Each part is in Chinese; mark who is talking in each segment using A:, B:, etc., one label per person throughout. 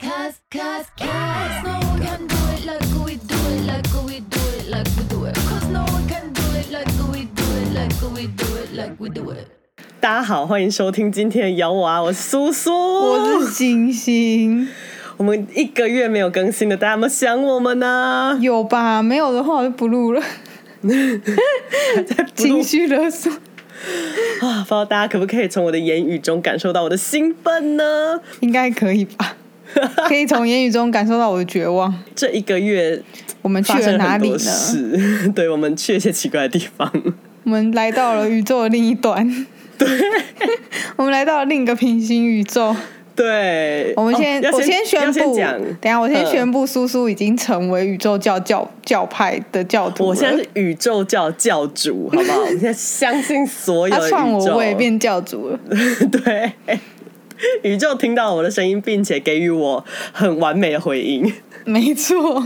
A: Cause, cause no one can do it like we do it, like we do it, like we do it. Cause no one can do it like we do it, like we do it, like we do it.
B: 大家好，欢迎收听今天的咬我啊，我是苏苏，
C: 我是星星，
B: 我们一个月没有更新了，大家有没有想我们呢？
C: 有吧？没有的话我就不录 了。情绪勒索，
B: 啊，不知道大家可不可以从我的言语中感受到我的兴奋呢？
C: 应该可 以吧？可以从言语中感受到我的绝望。
B: 这一个月
C: 我们去
B: 发
C: 了
B: 生
C: 哪
B: 很
C: 里
B: 多
C: 呢？
B: 事， 对我们去了一些奇怪的地方。
C: 我们来到了宇宙的另一端。对， 我们来到了另一个平行宇宙。
B: 对，
C: 我们先，
B: 哦要
C: 我
B: 先
C: 宣
B: 要
C: 布，
B: 讲，
C: 等一下我先
B: 嗯
C: 宣布，苏苏已经成为宇宙教教教派的教徒了。
B: 我现在是宇宙教教主，好不好？我现在相信所有
C: 他
B: 的宇宙。
C: 篡我，我也变教主了。
B: 对，宇宙听到我的声音，并且给予我很完美的回应。
C: 没错。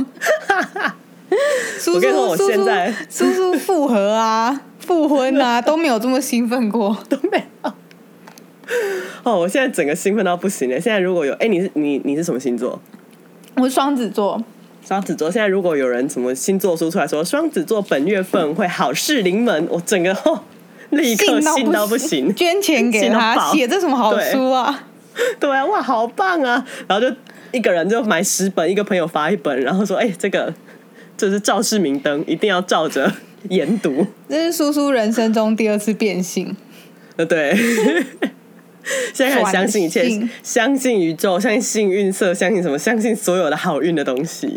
C: 叔
B: 我
C: 叔，
B: 跟你说我
C: 叔叔
B: 现在
C: 叔叔复合啊、 复婚啊都没有这么兴奋过。
B: 都没有。哦，我现在整个兴奋到不行了。现在如果有，哎、你是你你是什么星座？
C: 我是双子座，
B: 双子座。现在如果有人什么星座说出来说双子座本月份会好事临门，我整个哦立刻信到不行。
C: 捐钱给
B: 信到
C: 他，
B: 爆
C: 写这什么好
B: 对
C: 书啊？
B: 对啊，哇，好棒啊！然后就一个人就买十本，一个朋友发一本，然后说，哎、这个这是赵氏明灯，一定要照着研读。
C: 这是叔叔人生中第二次变性，
B: 呃，对。 现在开始相信一切
C: 转性，
B: 相信宇宙，相信幸运色，相信什么？相信所有的好运的东西。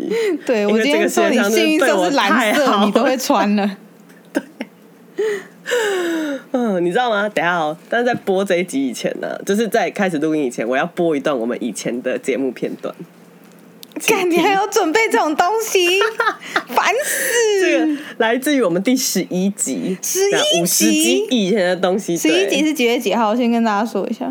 C: 对
B: 因为
C: 我今
B: 这
C: 天
B: 个
C: 说
B: 世界
C: 你
B: 上
C: 幸运
B: 真的对
C: 色
B: 我
C: 是
B: 太
C: 蓝
B: 好
C: 色，你都会穿 了。
B: 嗯，你知道吗？等一下哦，但是在播这一集以前呢、就是在开始录音以前，我要播一段我们以前的节目片段。
C: 干，你还要准备这种东 西，烦
B: 这个
C: 死！
B: 来自于我们第十一集，
C: 11
B: 五十集
C: 集
B: 以前的东西。
C: 十一
B: 对
C: 集，是几月几号？我先跟大家说一下，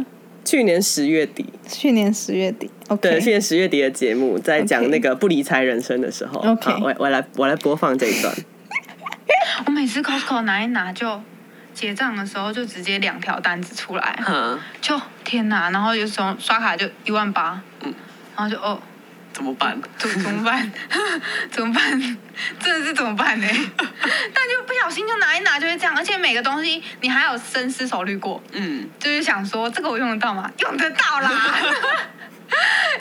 B: 去年十月底，
C: 去年十月底。
B: 对，去
C: OK，
B: 年十月底的节目，在讲
C: OK
B: 那个不理财人生的时候。
C: OK
B: 好，我我来我来播放这一段。
D: 我每次 Costco 哦拿一拿就结账的时候就直接两条单子出来，
E: 嗯，
D: 就天哪！然后有时候刷卡就一万八，
E: 嗯
D: 然后就哦，
E: 怎么办？
D: 怎怎么办？ 怎么办？真的是怎么办呢？ 但就不小心就拿一拿就会这样，而且每个东西你还有深思熟虑过，
E: 嗯，
D: 就是想说这个我用得到吗？用得到 啦。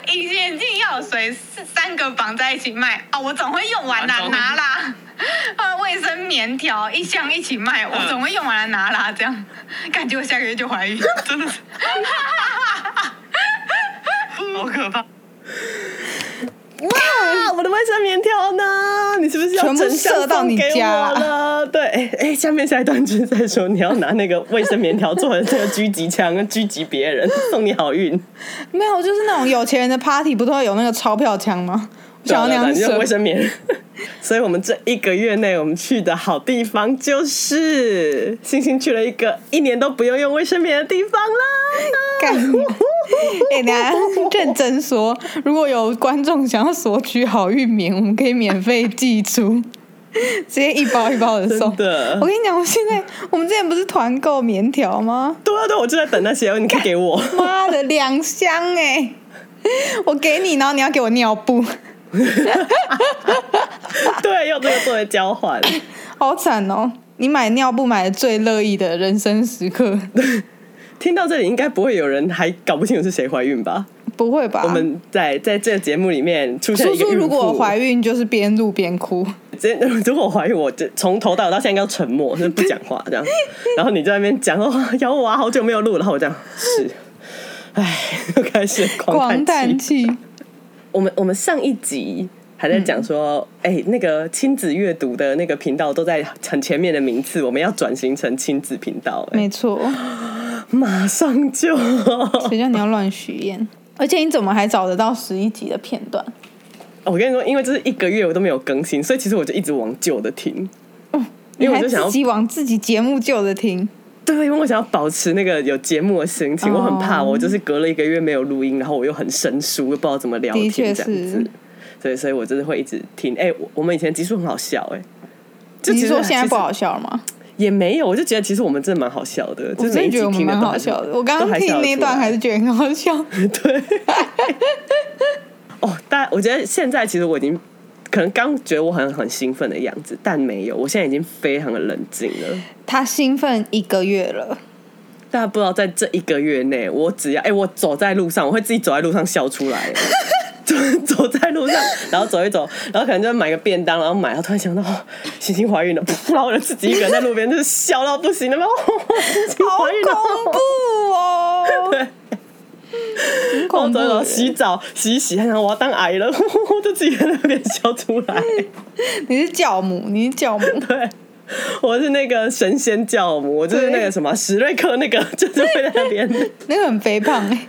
D: 隐形眼镜、药水是三个绑在一起卖哦，我总会用完啦，
E: 啊我总会
D: 拿啦。 呃，卫生棉条一箱一起卖，
E: 嗯
D: 我总会用完了拿啦，这样 感觉我下个月就怀孕，真的是。
E: 好可怕。
B: 哇，啊我的卫生棉条呢？你是不是要
C: 全部
B: 整箱
C: 射到
B: 送
C: 你
B: 给
C: 家
B: 我了？对，哎、下面下一段就是在说你要拿那个卫生棉条做成这个狙击枪， 狙击别人，送你好运。
C: 没有，就是那种有钱人的 party 不都会有那个钞票枪吗？我想要那样
B: 对啊对啊
C: 射
B: 用卫。生棉。 所以我们这一个月内，我们去的好地方就是星星去了一个一年都不用用卫生棉的地方啦。
C: 干！ 哎、等下 认真说，如果有观众想要索取好运棉，我们可以免费寄出， 直接一包一包的送。
B: 真的
C: 我跟你讲，我现在我们之前不是团购棉条吗？
B: 对啊，对啊，我就在等那些，你可以给我。
C: 妈的，两箱哎、 我给你，然后你要给我尿布，
B: 对，用这个作为交换。
C: 好惨哦！你买尿布买的最乐意的人生时刻，
B: 听到这里，应该不会有人还搞不清楚是谁怀孕吧？
C: 不会吧？
B: 我们在在这个节目里面出现
C: 叔
B: 一个
C: 叔
B: 孕妇。
C: 如果怀孕，就是边录边哭。
B: 真的， 如果我怀孕，我就从头到尾到现在要沉默，就是不讲话这样。然后你在那边讲哦，咬我啊，好久没有录，然后我这样是，唉，又开始
C: 狂
B: 狂叹
C: 叹
B: 哦气。
C: 气，
B: 我们我们上一集还在讲说，
C: 嗯
B: 哎、那个亲子阅读的那个频道都在很前面的名次，我们要转型成亲子频道、哎
C: 没错。
B: 马上就。
C: 谁叫你要乱许愿？而且你怎么还找得到十一集的片段？
B: 我跟你说，因为这是一个月我都没有更新，所以其实我就一直往旧的听。
C: 哦你
B: 因为
C: 还
B: 我就想要
C: 自己往自己节目旧的听，
B: 对，因为我想要保持那个有节目的心情，
C: 哦
B: 我很怕我就是隔了一个月没有录音，然后我又很生疏，又不知道怎么聊
C: 的
B: 天这
C: 确
B: 样
C: 是
B: 子。。对，所以我真的会一直听。哎、我我们以前集数很好笑、哎，就
C: 你
B: 其
C: 是
B: 实
C: 说现在不
B: 其实
C: 好笑吗？
B: 也没有，我就觉得其实我们真的蛮好笑的，就
C: 我
B: 是每
C: 真
B: 一
C: 的觉
B: 集
C: 得我们
B: 听的
C: 蛮
B: 都
C: 好
B: 还是
C: 笑的。我 刚
B: 都
C: 刚
B: 还笑
C: 听
B: 得
C: 那
B: 出
C: 段
B: 来
C: 还是觉得很好笑。
B: 对。 哦，但我觉得现在其实我已经可能刚觉得我好像很兴奋的样子，但没有，我现在已经非常的冷静了。
C: 他兴奋一个月了，
B: 大家不知道，在这一个月内，我只要哎、我走在路上，我会自己走在路上笑出来。 走走在路上，然后走一走，然后可能就买个便当，然后买，然后突然想到、哦、星星怀孕了，噗然后我就自己一个人在路边就是笑到不行了，然后哦星星
C: 好
B: 怀孕
C: 恐
B: 了，
C: 怖哦，
B: 对，然
C: 很
B: 后
C: 恐怖欸
B: 走一走
C: 耶。
B: 洗澡洗一洗，他想我要当癌了，我就自己在那边笑出来。
C: 你是教母，你是教母，
B: 对，我是那个神仙教母，我就是那个什么史瑞克那个，就是会在那边。
C: 那个很肥胖哎、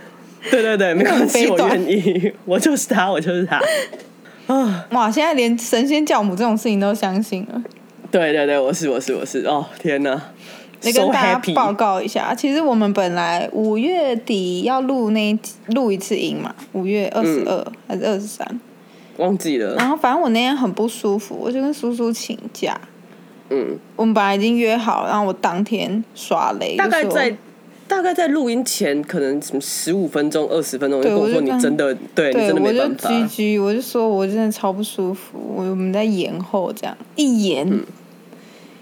B: 对对对，没关系，
C: 那
B: 我
C: 个很
B: 愿意， 我就是他，我就是他。啊，
C: 哇！现在连神仙教母这种事情都相信了。
B: 对对对，我是我是我是，哦天哪
C: 来
B: ，so
C: 跟大
B: happy！
C: 家报告一下，其实我们本来五月底要录那一集录一次音嘛，五月二十
B: 嗯
C: 二还是二十三，
B: 忘记
C: 然
B: 了，
C: 后反正我那天很不舒服，我就跟叔叔请假。
B: 嗯，
C: 我们本来已经约好了，然后我当天耍雷，
B: 大概
C: 就说
B: 在。大概在录音前，可能什么十五分钟、二十分钟，就
C: 对
B: 跟我
C: 我就
B: 说你
C: 刚
B: 真的，对你
C: 对，
B: 真的
C: 我
B: 没
C: 就
B: 办法。
C: 居居，我就说我真的超不舒服，我我们在延后这样一延，
B: 嗯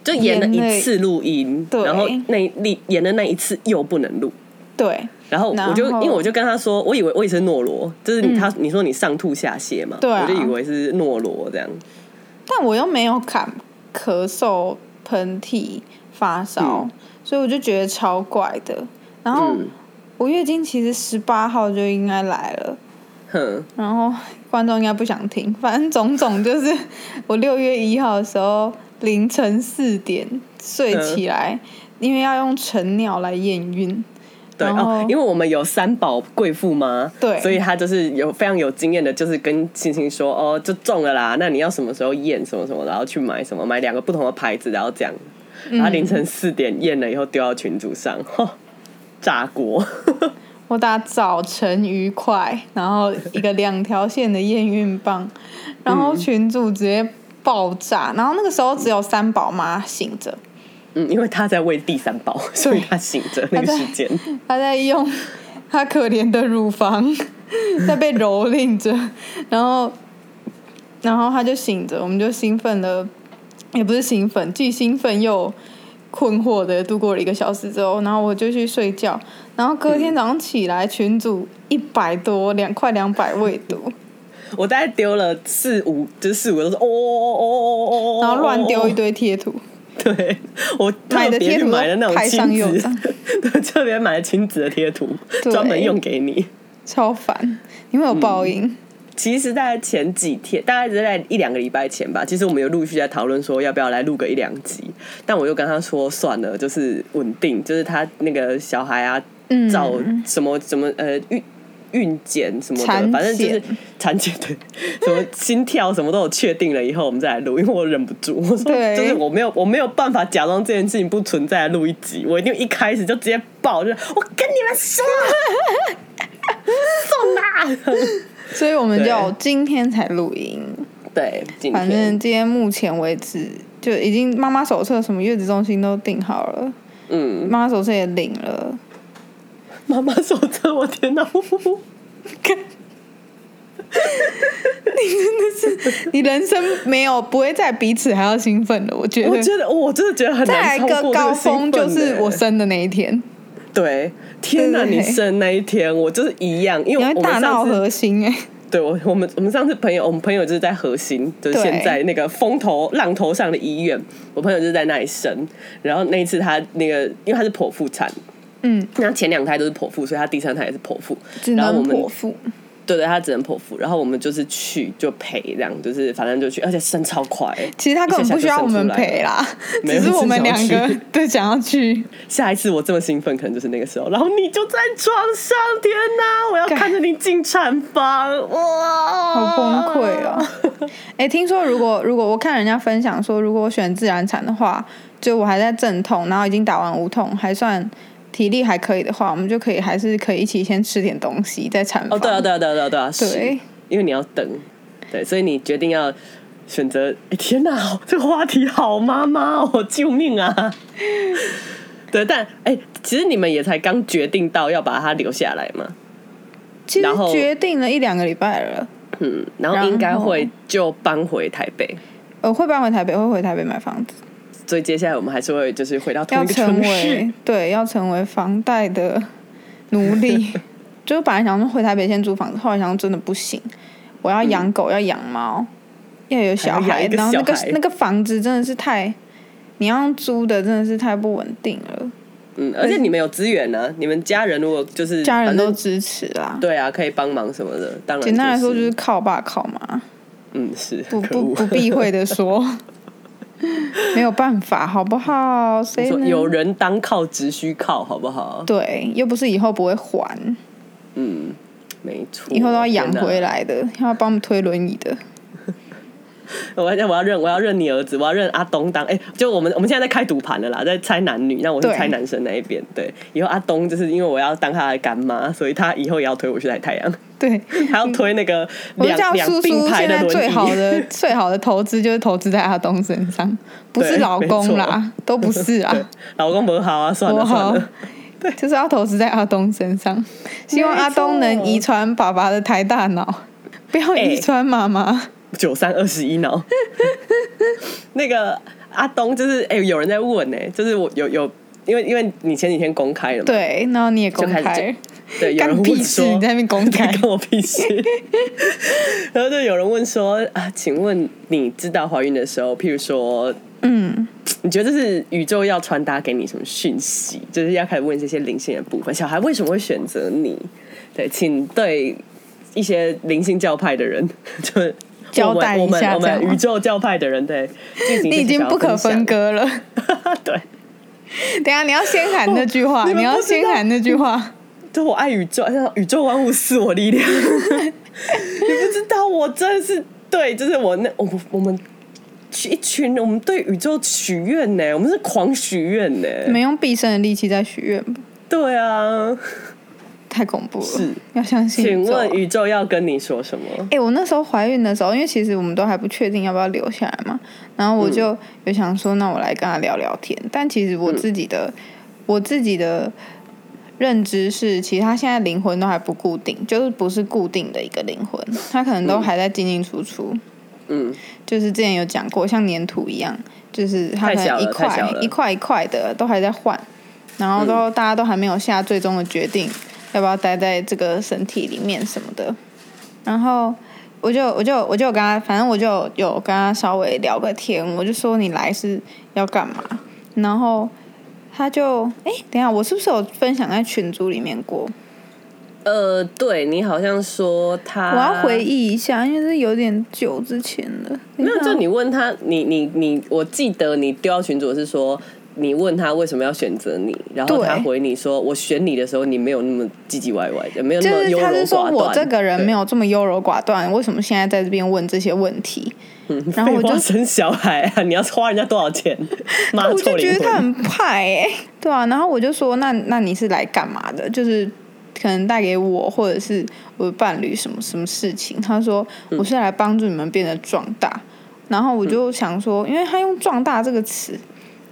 B: 就演了
C: 眼泪
B: 一次录音，
C: 对
B: 然后那一演的那一次又不能录，
C: 对
B: 然后我就
C: 然后嗯
B: 因为我就跟他说，我以为我也是诺罗，就是你他、你说你上吐下泻嘛，
C: 对啊
B: 我就以为是诺罗这样，
C: 但我又没有感咳嗽、喷嚏、发烧，
B: 嗯
C: 所以我就觉得超怪的。然后
B: 嗯
C: 我月经其实十八号就应该来了，
B: 哼，
C: 然后观众应该不想听， 反正种种就是我六月一号的时候凌晨四点睡起来，
B: 嗯
C: 因为要用晨鸟来验孕。
B: 对
C: 然后
B: 哦，因为我们有三宝贵妇嘛，
C: 对
B: 所以他就是有非常有经验的，就是跟星星说哦，就中了啦，那你要什么时候验什么什么，然后去买什么，买两个不同的牌子，然后这样，然后凌晨四点验了以后丢到群组上，吼炸锅，
C: 我打早晨愉快，然后一个两条线的验孕棒，然后群主直接爆炸，然后那个时候只有三宝妈醒着，
B: 嗯，因为他在喂第三宝，所以他醒着那个
C: 他在
B: 时间，
C: 她在用 她可怜的乳房在被蹂躏着，然后然后她就醒着，我们就兴奋了，也不是兴奋，既兴奋又困惑的度过了一个小时之后，然后我就去睡觉，然后隔天早上起来，群主一百多两快两百未读。
B: 我大概丢了四五，就是四五个都是哦哦哦哦哦哦哦，
C: 然后乱丢一。堆贴图，
B: 对，我特
C: 买的
B: 别
C: 贴
B: 去
C: 图
B: 买了那种
C: 派上
B: 亲
C: 用
B: 子
C: 场，
B: 对，特别买了亲子的贴图，
C: 对
B: 专门用给你。
C: 超烦，因为有报
B: 嗯
C: 应。
B: 其实大概前几天，大概是在一两个礼拜前吧，其实我们有陆续在讨论说要不要来录个一两集，但我就跟他说算了，就是稳定，就是他那个小孩啊，
C: 嗯
B: 照什么什么呃孕孕检什么
C: 产
B: 的，反正就是
C: 检
B: 产检 对，什么心跳什么都有确定了以后，我们再来录，因为我忍不住，我说
C: 对
B: 就是我没有我没有办法假装这件事情不存在地录一集，我一定一开始就直接爆，就是我跟你们 说。送啦！
C: 所以我们
B: 对
C: 就今天才录音。
B: 对，今
C: 反
B: 天
C: 正今天目前为止，就已经妈妈手册什么月子中心都订好了，
B: 嗯，
C: 妈妈手册也领了。
B: 妈妈手册，我天哪！
C: 你人生没有不会在彼此还要兴奋的，我觉
B: 我
C: 得。
B: 觉得我哦真的觉得很
C: 再来
B: 难
C: 一
B: 超过
C: 个
B: 这
C: 高
B: 兴奋
C: 峰就是
B: 欸
C: 我生的那一天，
B: 对，天哪！
C: 对对
B: 你
C: 对
B: 生那一天，我就是一样，因
C: 你
B: 为
C: 会
B: 我
C: 大
B: 们
C: 闹
B: 上次
C: 核心哎、
B: 对我我们我们上次朋友，我们朋友就是在核心，就是
C: 对
B: 现在那个风头浪头上的医院，我朋友就是在那里生，然后那一次他那个因为他是剖腹产，
C: 嗯，
B: 那前两胎都是剖腹，所以他第三胎也是剖腹，
C: 只
B: 然后
C: 能
B: 我们
C: 剖腹，
B: 对对，他只能剖腹，然后我们就是去就陪这样，就是反正就去，而且生超快欸、
C: 其实他根本不需要我们陪啦，
B: 一下
C: 只
B: 就生出来了
C: 是我们两
B: 没有
C: 个 对想要去，
B: 下一次我这么兴奋，可能就是那个时候。然后你就在床上，天哪！我要看着你进产房，哇，
C: 好崩溃哦！ 哎、听说如果如果我看人家分享说，如果我选自然产的话，就我还在阵痛，然后已经打完无痛，还算体力还可以的话，我们就可以还是可以一起先吃点东西再产房。
B: 哦，对啊，对啊，对啊，对啊，对啊，是
C: 对
B: 因为你要等，对，所以你决定要选择。哎天哪，好这个话题好妈妈哦，救命啊！ 对，但哎、其实你们也才刚决定到要把它留下来嘛。
C: 其实
B: 然后
C: 决定了一两个礼拜了，
B: 嗯，然后
C: 然后
B: 应该会就搬回台北，
C: 呃，会搬回台北，会回台北买房子，
B: 所以接下来我们还是会就是回到同
C: 要
B: 一个
C: 成
B: 城市
C: 为。对，要成为房贷的奴 隶。就是本来想说回台北先租房子，后来想说真的不行，我要养狗，要养猫，要有小
B: 嗯还要
C: 孩，
B: 养一个
C: 然后那个
B: 小孩
C: 那个房子真的是太，你要租的真的是太不稳定了。
B: 嗯，而且你们有资源呢、你们家人如果就是
C: 家人都
B: 反正
C: 支持啦。
B: 对啊，可以帮忙什么的。当然、
C: 简单来说就是是靠爸靠妈，
B: 嗯是
C: 不
B: 可恶
C: 不不避讳 的说，没有办法，好不好？ 谁
B: 说
C: 能
B: 有人当靠，只需靠，好不好？
C: 对，又不是以后不会还，
B: 嗯，没错。
C: 以后都要养
B: 天哪
C: 回。来的，要帮我们推轮椅的。
B: 我要我要认我要认你儿子，我要认阿东当。哎、就我们我们现在在开赌盘了啦，在猜男女，那我是
C: 对
B: 猜男生那一边。对，以后阿东就是因为我要当他的干妈，所以他以后也要推我去抬太阳，
C: 对，
B: 还要推那个
C: 我就
B: 两
C: 叫
B: 两
C: 叔
B: 并
C: 叔，
B: 排
C: 现
B: 的
C: 在
B: 轮椅。
C: 最好 的最好的投资就是投资在阿东身上，不是
B: 对
C: 老
B: 没
C: 公
B: 错
C: 啦，都不 是啊。
B: 对老公不好啊，算
C: 我
B: 了算
C: 好
B: 了。，
C: 就是要投资在阿东身上，希望阿东能遗传爸爸的台大脑，不要遗传妈
B: 哎
C: 妈。
B: 九三二十一脑。 那个阿东就是哎、有人在问呢、就是我有有，因为因为你前几天公开了嘛，
C: 对，然后你也公
B: 就开始
C: 开
B: 就，对，有人
C: 干
B: 问
C: 屁事！
B: 说
C: 你在那边公 开
B: 对，关我屁事。然后就有人问说啊，请问你知道怀孕的时候，譬如说，
C: 嗯，
B: 你觉得这是宇宙要传达给你什么讯息？就是要开始问这些灵性的部分，小孩为什么会选择你？对，请对一些灵性教派的人，就是
C: 交代
B: 我们
C: 一下
B: 我
C: 这
B: 们
C: 样
B: 我
C: 吗
B: 们宇宙教派的人，对，进行
C: 你
B: 这
C: 已
B: 些
C: 经
B: 小
C: 不可
B: 享
C: 分。割了。
B: 对，
C: 等一下你要先喊那句话，
B: 哦 你
C: 你
B: 们
C: 要
B: 不知道
C: 先喊那句话。
B: 就我爱宇宙，像宇宙万物是我力 量。你不知道，我真的是对，就是我那我我们一群我们对宇宙许愿呢，我们是狂许愿呢。
C: 你们用毕生的力气在许愿吧，
B: 对啊，
C: 太恐怖了
B: 是。
C: 要相信
B: 请
C: 宇宙啊。
B: 问宇宙要跟你说什么？
C: 哎、我那时候怀孕的时候，因为其实我们都还不确定要不要留下来嘛，然后我就有想说，那我来跟他聊聊天。但其实我自己的，我自己的认知是，其实他现在灵魂都还不固定，就是不是固定的一个灵魂，他可能都还在进进出出。
B: 嗯，
C: 就是之前有讲过，像粘土一样，就是
B: 太
C: 它可
B: 小
C: 能
B: 了
C: 一
B: 太小
C: 块
B: 了嗯
C: 一块一块的都还在换，然后都、大家都还没有下最终的决定，要不要待在这个身体里面什么的。然后我就我就我就有跟他，反正我就有有跟他稍微聊个天，我就说你来是要干嘛，然后他就哎、等一下我是不是有分享在群组里面过？
B: 呃，对你好像说他，
C: 我要回。忆一下，因为这有点久之前了。
B: 没有，
C: 等一下
B: 就你问他，你你你，我记得你丢到群主是说，你问他为什么要选择你，然后
C: 对
B: 他回你说，我选你的时候，你没有那么唧唧歪歪的，没有那
C: 就
B: 么
C: 是
B: 优柔
C: 他
B: 寡
C: 是
B: 断。
C: 说我这个人
B: 对
C: 没有这么优柔寡断，为什么现在在这边问这些问题？然
B: 嗯废
C: 后我就
B: 话生小孩啊，你要花人家多少钱？妈
C: 我
B: 臭
C: 就觉
B: 灵
C: 得他
B: 魂！
C: 很派哎、对啊，然后我就说那那你是来干嘛的？就是可能带给我或者是我的伴侣什么什么事情？他说
B: 嗯
C: 我是来帮助你们变得壮大。然后我就想说，因为他用“壮大”这个词，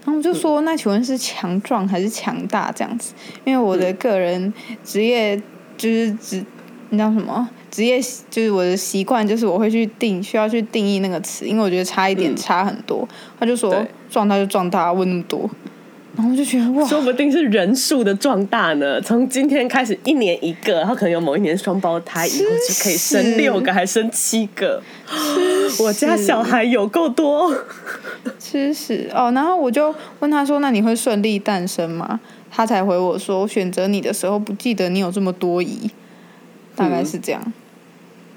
C: 然后我就
B: 嗯
C: 说，那请问是强壮还是强大这样子？因为我
B: 嗯
C: 的个人职业就是职，你知道什么？职业习就是我的习惯，就是我会去定，需要去定义那个词，因为我觉得差一点差很多。他就说
B: 嗯对
C: 壮大就壮大，问那么多，然后我就觉得哇，
B: 说不定是人数的壮大呢。从今天开始，一年一个，然后可能有某一年双胞胎，以后就可以生六个，还生七个。我家小孩有够多，
C: 吃屎哦！然后我就问他说：“那你会顺利诞生吗？”他才回我说：“我选择你的时候不记得你有这么多疑，大
B: 嗯
C: 概是这样。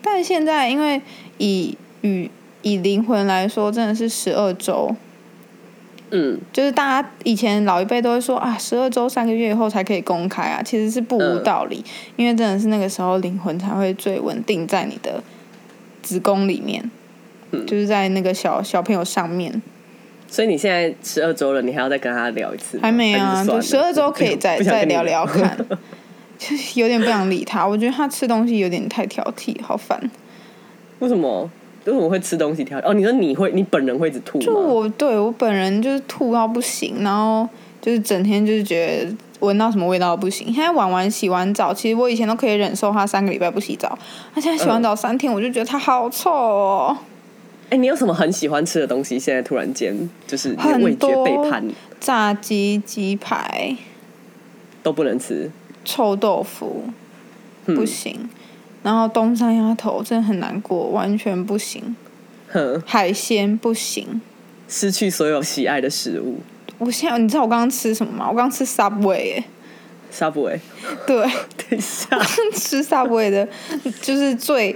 C: 但现在因为以与以灵魂来说，真的是十二周，
B: 嗯，
C: 就是大家以前老一辈都会说啊，十二周三个月以后才可以公开啊，其实是不无
B: 嗯
C: 道理，因为真的是那个时候灵魂才会最稳定在你的子宫里面，
B: 嗯
C: 就是在那个小小朋友上面。
B: 所以你现在十二周了，你还要再跟他聊一次吗？
C: 还没啊，
B: 还
C: 就是十
B: 算了
C: 二周可以再
B: 不想
C: 再
B: 跟你
C: 聊聊看。就是有点不想理他，我觉得他吃东西有点太挑剔，好烦。
B: 为什么？为什么会吃东西挑？哦，你说你会，你本人会一直吐吗？
C: 就我对我本人就是吐到不行，然后就是整天就是觉得闻到什么味道都不行。现在婉婉洗完澡，其实我以前都可以忍受她三个礼拜不洗澡，她现
B: 嗯
C: 在洗完澡三天，我就觉得她好臭哦。
B: 哎、你有什么很喜欢吃的东西？现在突然间就是你的味
C: 很
B: 觉
C: 多
B: 背叛
C: 炸鸡、鸡排、
B: 都不能吃，
C: 臭豆腐
B: 嗯
C: 不行，然后东山鸭头真的很难过，完全不行，
B: 哼，
C: 海鲜不行。
B: 失去所有喜爱的食物。
C: 我现在你知道我刚刚吃什么吗？我刚吃 Subway，、欸、
B: Subway，
C: 对，
B: 等一下，
C: 吃 Subway 的，就是最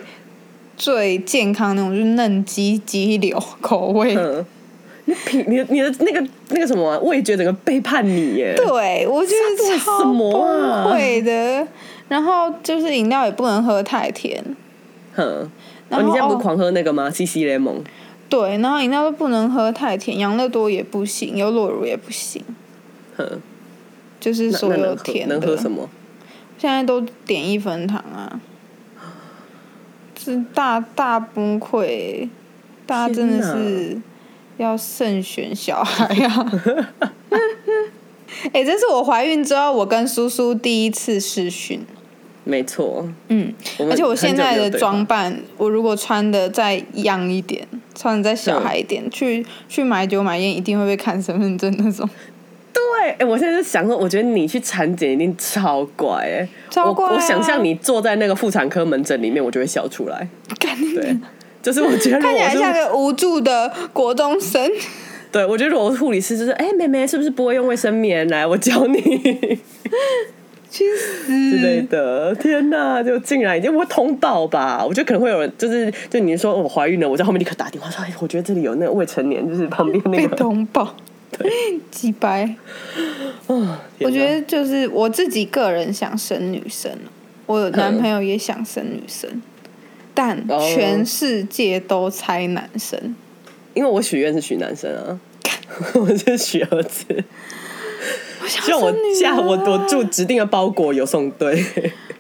C: 最健康那种，就是嫩鸡鸡柳口味。
B: 嗯，你品你的你的那个那个什么啊味觉整个背叛你耶，
C: 对，我觉得
B: Subway
C: 超
B: 什
C: 崩
B: 么啊
C: 溃的。然后就是饮料也不能喝太甜，
B: 哼。
C: 然
B: 哦，
C: 后
B: 你现在不是
C: 哦
B: 狂喝那个吗？CC 联盟，
C: 对，然后饮料都不能喝太甜，养乐多也不行，优酪乳也不行，
B: 哼，
C: 就是
B: 那
C: 所
B: 那
C: 有
B: 能喝
C: 甜的。
B: 能喝什么？
C: 现在都点一分糖啊，是大大崩溃欸，大家真的是要慎选小孩啊！ 哎、这是我怀孕之后，我跟苏苏第一次试训。
B: 没错，
C: 嗯，
B: 我们
C: 而且我
B: 很久
C: 现在
B: 没有
C: 的
B: 对
C: 装
B: 话
C: 扮，我如果穿的再样一点，穿的再小孩一点，去去买酒买烟，一定会被看身份证那种。
B: 对，哎、我现在就想说，我觉得你去产检一定超乖哎、
C: 超乖啊
B: 我我想象你坐在那个妇产科门诊里面，我就会笑出来。
C: 干你
B: 对
C: 娘，
B: 就是我觉得如果
C: 看起
B: 我
C: 来
B: 是
C: 像个无助的国 中生。
B: 对我觉得如果我是护理师，就是哎、妹妹是不是不会用卫生棉？来，我教你
C: 去
B: 之类
C: 死！
B: 的。天哪，就竟然已经我会通报吧？我觉得可能会有人，就是就你说我怀孕了，我在后面立刻打电话说，哎，我觉得这里有那个未成年，就是旁边那
C: 被
B: 个。
C: 通报， 几白。我
B: 哦天哪
C: 觉得就是我自己个人想生女生，哦我男朋友也想生女生，但
B: 哦
C: 全世界都猜男生。
B: 因为我许愿是许男生啊， 我是许儿子，
C: 我想
B: 希望我
C: 生女儿
B: 嫁
C: 啊，
B: 我我住指定的包裹有送 对。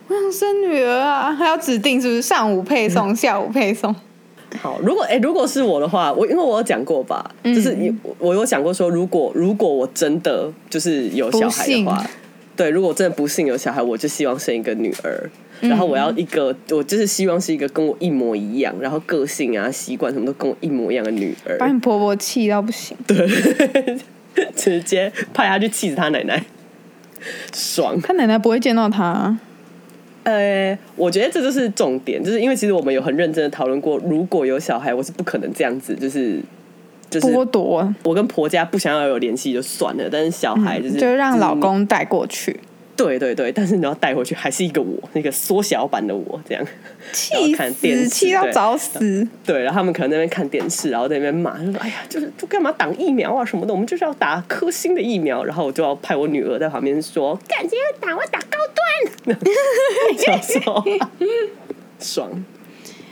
C: 我想生女儿啊，还要指定是不是上午配送，下午配送？
B: 好，如果哎、如果是我的话，我因为我有讲过吧，
C: 嗯
B: 就是有我有讲过说，如果如果我真的就是有小孩的
C: 不
B: 话
C: 幸，
B: 对，如果我真的不幸有小孩，我就希望生一个女儿，
C: 嗯
B: 然后我要一个，我就是希望是一个跟我一模一样，然后个性啊、习惯什么都跟我一模一样的女儿，
C: 把你婆婆气到不行。
B: 对， 直接派她去气死她奶奶，爽。
C: 她奶奶不会见到她啊，
B: 呃，我觉得这就是重点，就是因为其实我们有很认真的讨论过，如果有小孩，我是不可能这样子，就是。就是
C: 剥夺，
B: 我跟婆家不想要有联系就算了，但是小孩就是、嗯
C: 嗯就让老公带过去，
B: 对对对，但是你要带回去还是一个我，那个缩小版的我这样。然
C: 气
B: 后看电
C: 死，
B: 视
C: 气到
B: 对
C: 找死。
B: 对，然后他们可能在那边看电视，然后在那边骂，就说：“哎呀，就是就干嘛打疫苗啊什么的，我们就是要打科兴的疫苗。”然后我就要派我女儿在旁边说：“干，今天打我打高端。”就说爽。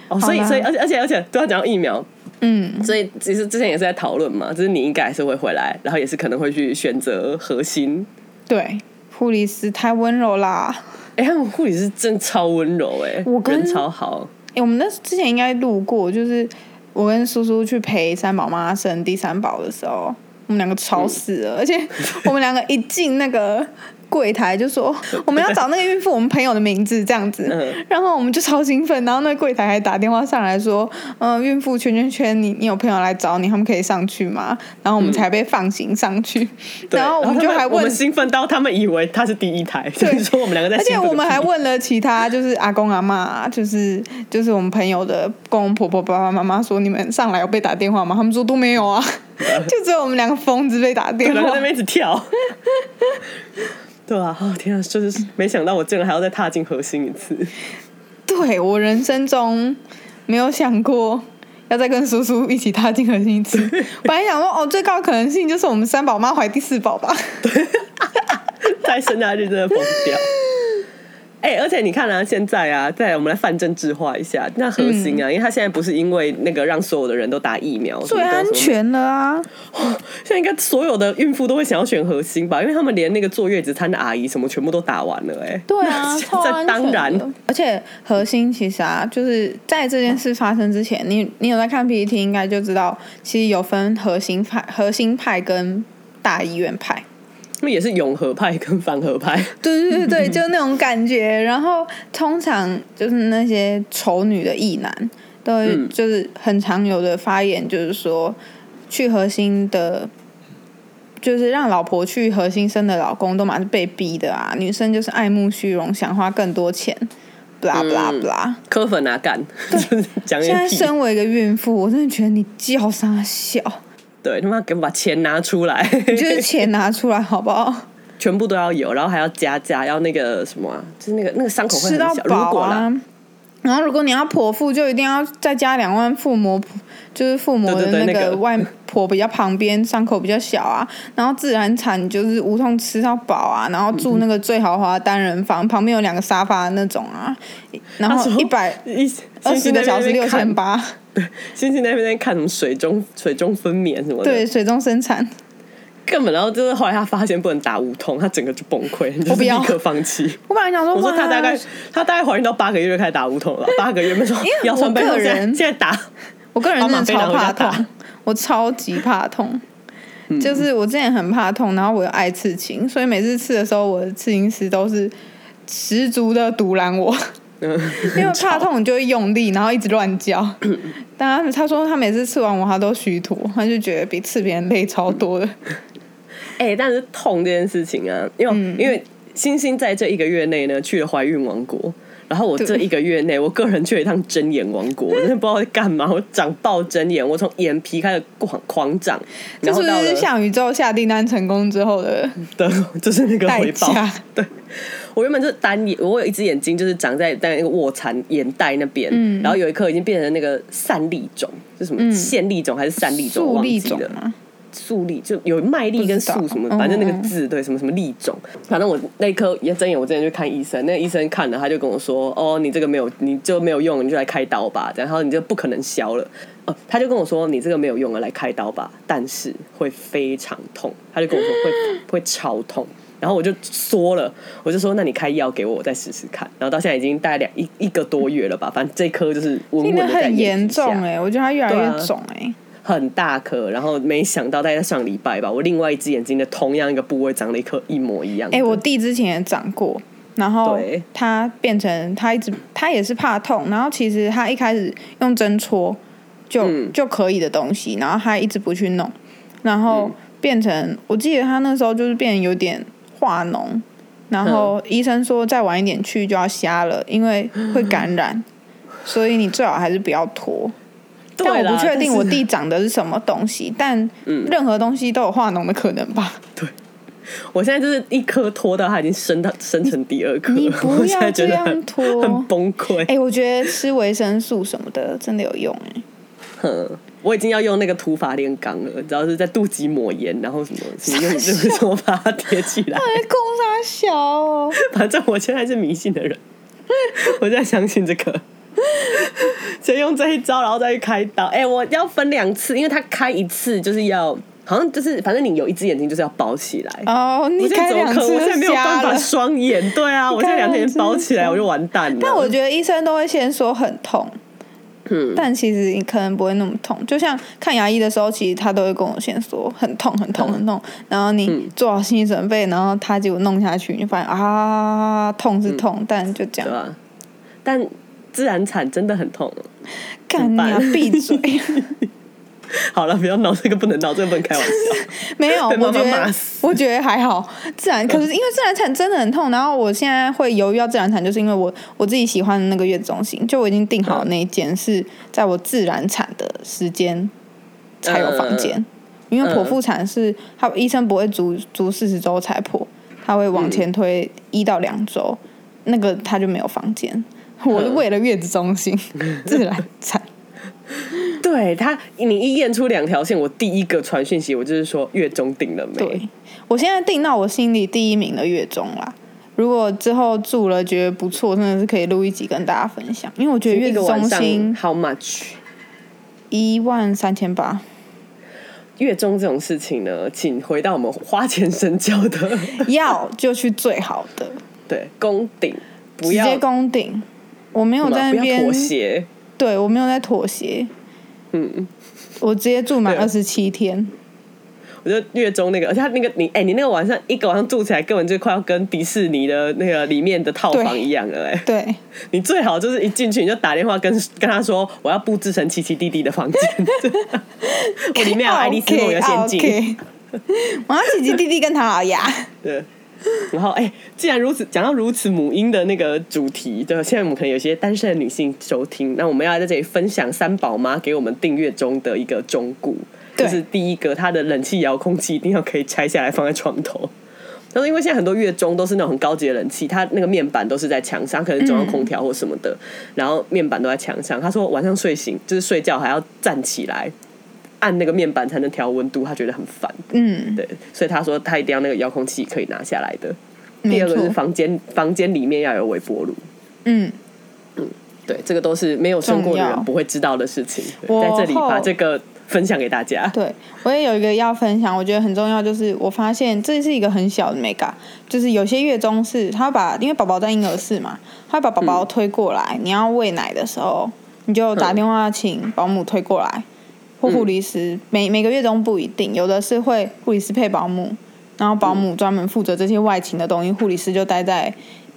B: 哦，所以
C: 好啦
B: 所以而且而且而且都要讲到疫苗，
C: 嗯，
B: 所以其实之前也是在讨论嘛，就是你应该还是会回来，然后也是可能会去选择核心
C: 对，护理师太温柔啦。
B: 哎、他们护理师真的超温柔哎、
C: 我跟
B: 人超好，
C: 哎、我们那之前应该路过，就是我跟苏苏去陪三宝妈生第三宝的时候，我们两个吵
B: 嗯
C: 死了，而且我们两个一进那个。柜台就 说我们要找那个孕妇，我们朋友的名字这样子
B: 嗯，
C: 然后我们就超兴奋，然后那个柜台还打电话上来说，嗯、孕妇圈圈圈，你你有朋友来找你，他们可以上去吗？然后我们才被放行上去，
B: 嗯对
C: 然后我们
B: 他
C: 就还
B: 我
C: 问
B: 们兴奋到他们以为他是第一台，所
C: 对
B: 以说我们两个在
C: 而
B: 兴
C: 且
B: 奋个屁，
C: 我们还问了其他，就是阿公阿妈，就是就是我们朋友的公公婆婆、爸爸妈妈，说你们上来有被打电话吗？他们说都没 有啊，就只有我们两个疯子被打
B: 对
C: 电
B: 然后
C: 话
B: 在那。边一直跳， 对啊，哦天啊，就是没想到我竟然还要再踏进核心一次，
C: 对我人生中没有想过要再跟叔叔一起踏进核心 一次，本来想说哦，最高可能性就是我们三宝妈怀第 四宝吧。
B: 再生下去真的疯掉。 哎、而且你看啊，现在啊，再来我们来泛政治化一下，那核心
C: 嗯
B: 啊，因为他现在不是因为那个让所有的人都打疫苗，
C: 最安
B: 什么都说
C: 全了啊！
B: 现在应该所有的孕妇都会想要选核心吧，因为他们连那个坐月子餐的阿姨什么全部都打完了、哎，
C: 对啊，
B: 那
C: 超
B: 现在
C: 安
B: 当
C: 全
B: 然
C: 的，而且核心其实啊，就是在这件事发生之前，你你有在看 PPT，应该就知道，其实有分核心派、核心派跟大医院派。
B: 那也是永和派跟反和派，
C: 对对对 对，就那种感觉。然后通常就是那些丑女的异男，都会
B: 嗯
C: 就是很常有的发言，就是说去核心的，就是让老婆去核心生的老公，都嘛是被逼的啊。女生就是爱慕虚荣，想花更多钱，blah blah
B: 嗯
C: blah。
B: 柯粉啊干， 就是讲
C: 现在
B: 嗯点屁，
C: 身为一个孕妇，我真的觉得你叫啥 笑，
B: 对他妈给我把钱拿出来，
C: 你就是钱拿出来好不好？
B: 全部都要有，然后还要加价，要那个什么、啊，就是那个那个伤口会
C: 吃
B: 很
C: 到
B: 小。如
C: 饱
B: 果啦
C: 啊，。然后如果你要剖腹，就一定要再加两万腹膜，就是腹膜的
B: 对对对
C: 那
B: 那
C: 个
B: 个
C: 外婆比较旁边，伤口比较小啊。然后自然产你就是无痛吃到饱啊，然后住那个最豪华的单人房，旁边有两个沙发那种啊。然后
B: 那时候
C: 一百
B: 一
C: 二十个小时六千，
B: 星期
C: 八，
B: 星期那边在看什么水中水中分娩什么的，
C: 对，，水中生产。
B: 根本然后就是后来他发现不能打无痛，他整个就崩溃，就是
C: 我不要
B: 立刻放弃。
C: 我本来想说，
B: 我说
C: 哇
B: 他大概他大概怀孕到八个月就开始打无痛了，八个月没说
C: 为
B: 腰酸背
C: 我
B: 痛，
C: 个
B: 现在
C: 人
B: 现在打
C: 我个人真的超怕
B: 把马飞拿回家嗯
C: 痛
B: 打，
C: 我超级怕痛。就是我之前很怕痛，然后我又爱刺青，所以每次刺的时候，我的刺青师都是十足的阻 拦我，
B: 嗯，
C: 因为怕痛你就会用力，然后一直乱叫。 但他他说他每次刺完我，他都虚脱，他就觉得比刺别人累超多
B: 嗯
C: 的。
B: 哎、但是痛这件事情啊，因为、
C: 嗯
B: 因为星星在这一个月内呢去了怀孕王国，然后我这
C: 对
B: 一个月内，我个人去了一趟针眼王国，我真的不知道在干嘛，我长爆针眼，我从眼皮开始狂狂长，
C: 这
B: 然后
C: 是不
B: 到了
C: 是向宇宙下订单成功之后的？
B: 对，就是那个
C: 代
B: 回报
C: 价。
B: 对，我原本就是单眼，我有一只眼睛就是长在在那个卧蚕眼袋那边，
C: 嗯
B: 然后有一颗已经变成那个散粒肿，是什么
C: 嗯
B: 线粒肿还是散粒肿？我
C: 树
B: 忘
C: 立
B: 记
C: 种啊
B: 了。
C: 吗？
B: 粟粒，就有麦粒跟粟什么
C: 不知，道
B: 反正那
C: 嗯嗯
B: 个字对什么什么粒种，反正我那颗眼针眼，我之前去看医生，那个医生看了他就跟我说，哦，你这个没有，你就没有用，你就来开刀吧，然后你就不可能消了。哦，他就跟我说你这个没有用了，来开刀吧，但是会非常痛。他就跟我说 会会超痛，然后我就缩了，我就说那你开药给我，我再试试看。然后到现在已经大概两一一个多月了吧，反正这颗就是稳稳
C: 听得
B: 的在
C: 很严
B: 眼皮下
C: 重哎、我觉得它越来
B: 对
C: 越
B: 啊
C: 肿哎、
B: 很大颗，然后没想到大概上礼拜吧，我另外一只眼睛的同样一个部位长了一颗一模一样的。
C: 哎、我弟之前也长过，然后
B: 对
C: 他变成他一直他也是怕痛，然后其实他一开始用针戳就、
B: 嗯
C: 就可以的东西，然后他一直不去弄，然
B: 嗯
C: 后变成、我记得他那时候就是变得有点化脓，然
B: 嗯
C: 后医生说再晚一点去就要瞎了，因为会 感染，所以你最好还是不要拖。
B: 对啦，
C: 但我不确定我
B: 但是
C: 弟长的是什么东西，但
B: 嗯
C: 任何东西都有化脓的可能吧。
B: 我现在就是一颗拖到它已经生到生成第二颗了，
C: 你不 要
B: 我现在觉得
C: 这
B: 很
C: 样拖
B: 很崩溃。
C: 哎、我觉得吃维生素什么的真的有用哎、
B: 哼 我已经要用那个土法炼钢了，然后是在肚脐抹盐，然后什么什么用 这个什么把它贴起来。
C: 哎，工啥小哦？
B: 反正我现在是迷信的人， 我在相信这个。 先用这一招，然后再去开刀。哎、我要分两次，因为他开一次就是要，好像就是反正你有一只眼睛就是要包起来。
C: 哦，
B: 我
C: 你
B: 现在
C: 开
B: 怎么
C: 两
B: 可能？
C: 次
B: 我现在没
C: 就
B: 有办
C: 瞎
B: 法
C: 了。
B: 双眼，对啊，我现在两天包起来我就完蛋了。
C: 但我觉得医生都会先说很痛，
B: 嗯
C: 但其实你可能不会那么痛。就像看牙医的时候，其实他都会跟我先说很痛、很
B: 嗯
C: 痛、很痛，然后你做好心理准备，然后他结果弄下去，你就发现啊，痛是痛，但就这
B: 嗯对啊
C: 样。
B: 吧？但自然产真的很痛。哦
C: 干你啊
B: 怎么办
C: 闭嘴！
B: 好了，不要闹这个，不能闹这个，不能开玩笑。
C: 没有，
B: 被妈
C: 我
B: 妈
C: 觉
B: 骂
C: 得
B: 死
C: 我觉得还好。自然，可是因为自然产真的很痛，然后我现在会犹豫要自然产，就是因为我我自己喜欢的那个月子中心，就我已经订好那一间是在我自然产的时间 才有
B: 呃
C: 房间，因为剖腹产是他医生不会足足四十周才剖，他会往前推一到两周，那个他就没有房间。我
B: 嗯
C: 是为了月子中心 自然产，
B: 对他，你一验出两条线，我第一个传讯息，我就是说月中定了没？
C: 对，我现在定到我心里第一名的月中啦。如果之后住了觉得不错，真的是可以录一集跟大家分享，因为我觉得月
B: 一
C: 子
B: 个
C: 中
B: 晚上
C: 心
B: how much？
C: 一万三 千八，
B: 月中这种事情呢，请回到我们花钱深交 的
C: 要就去最好的，
B: 对攻顶， 不
C: 直
B: 要
C: 接攻顶。我没有
B: 什么
C: 在那
B: 不要
C: 边
B: 妥，协。
C: 对我没有在妥协，
B: 嗯，
C: 我直接住满
B: 对
C: 二十七天。
B: 我我就月中那个，而且他那个你哎、你那个晚上一个晚上住起来，根本就快要跟迪士尼的那个里面的套
C: 对
B: 房一样了哎、
C: 对，
B: 你最好就是一进去你就打电话跟跟他说，我要布置成奇奇弟弟的房 间， 我里面有爱丽丝梦游仙境。
C: OK，OK 哦 我要奇奇弟弟跟唐老鸭，
B: 对。然后，哎、既然如此，讲到如此母婴的那个主题，对，现在我们可能有些单身的女性收听，那我们要在这里分享三宝妈给我们订阅中的一个忠告，就
C: 对
B: 是第一个，它的冷气遥控器一定要可以拆下来放在床头。但是因为现在很多月中都是那种很高级的冷气，它那个面板都是在墙上，可能中央空调或什么的，然后面板都在墙上。他说晚上睡醒就是睡觉还要站起来按那个面板才能调温度，他觉得很烦。
C: 嗯，
B: 对，所以他说他一定要那个遥控器可以拿下来的。第
C: 没
B: 二个是
C: 错，
B: 房间，房间里面要有微波炉。
C: 嗯，
B: 对，这个都是没有生过的
C: 重要
B: 人不会知道的事情。对
C: 我
B: 在这里把
C: 后
B: 这个分享给大家。
C: 对，我也有一个要分享，我觉得很重要，就是我发现这是一个很小的 mega，就是有些月中是他把因为宝宝在婴儿室嘛，他把宝宝推过来，你要喂奶的时候，你就打
B: 嗯
C: 电话请保姆推过来，或护
B: 嗯
C: 理师，每每个月中不一定，有的是会护理师配保姆，然后保
B: 嗯
C: 姆专门负责这些外勤的东西，护理师就待在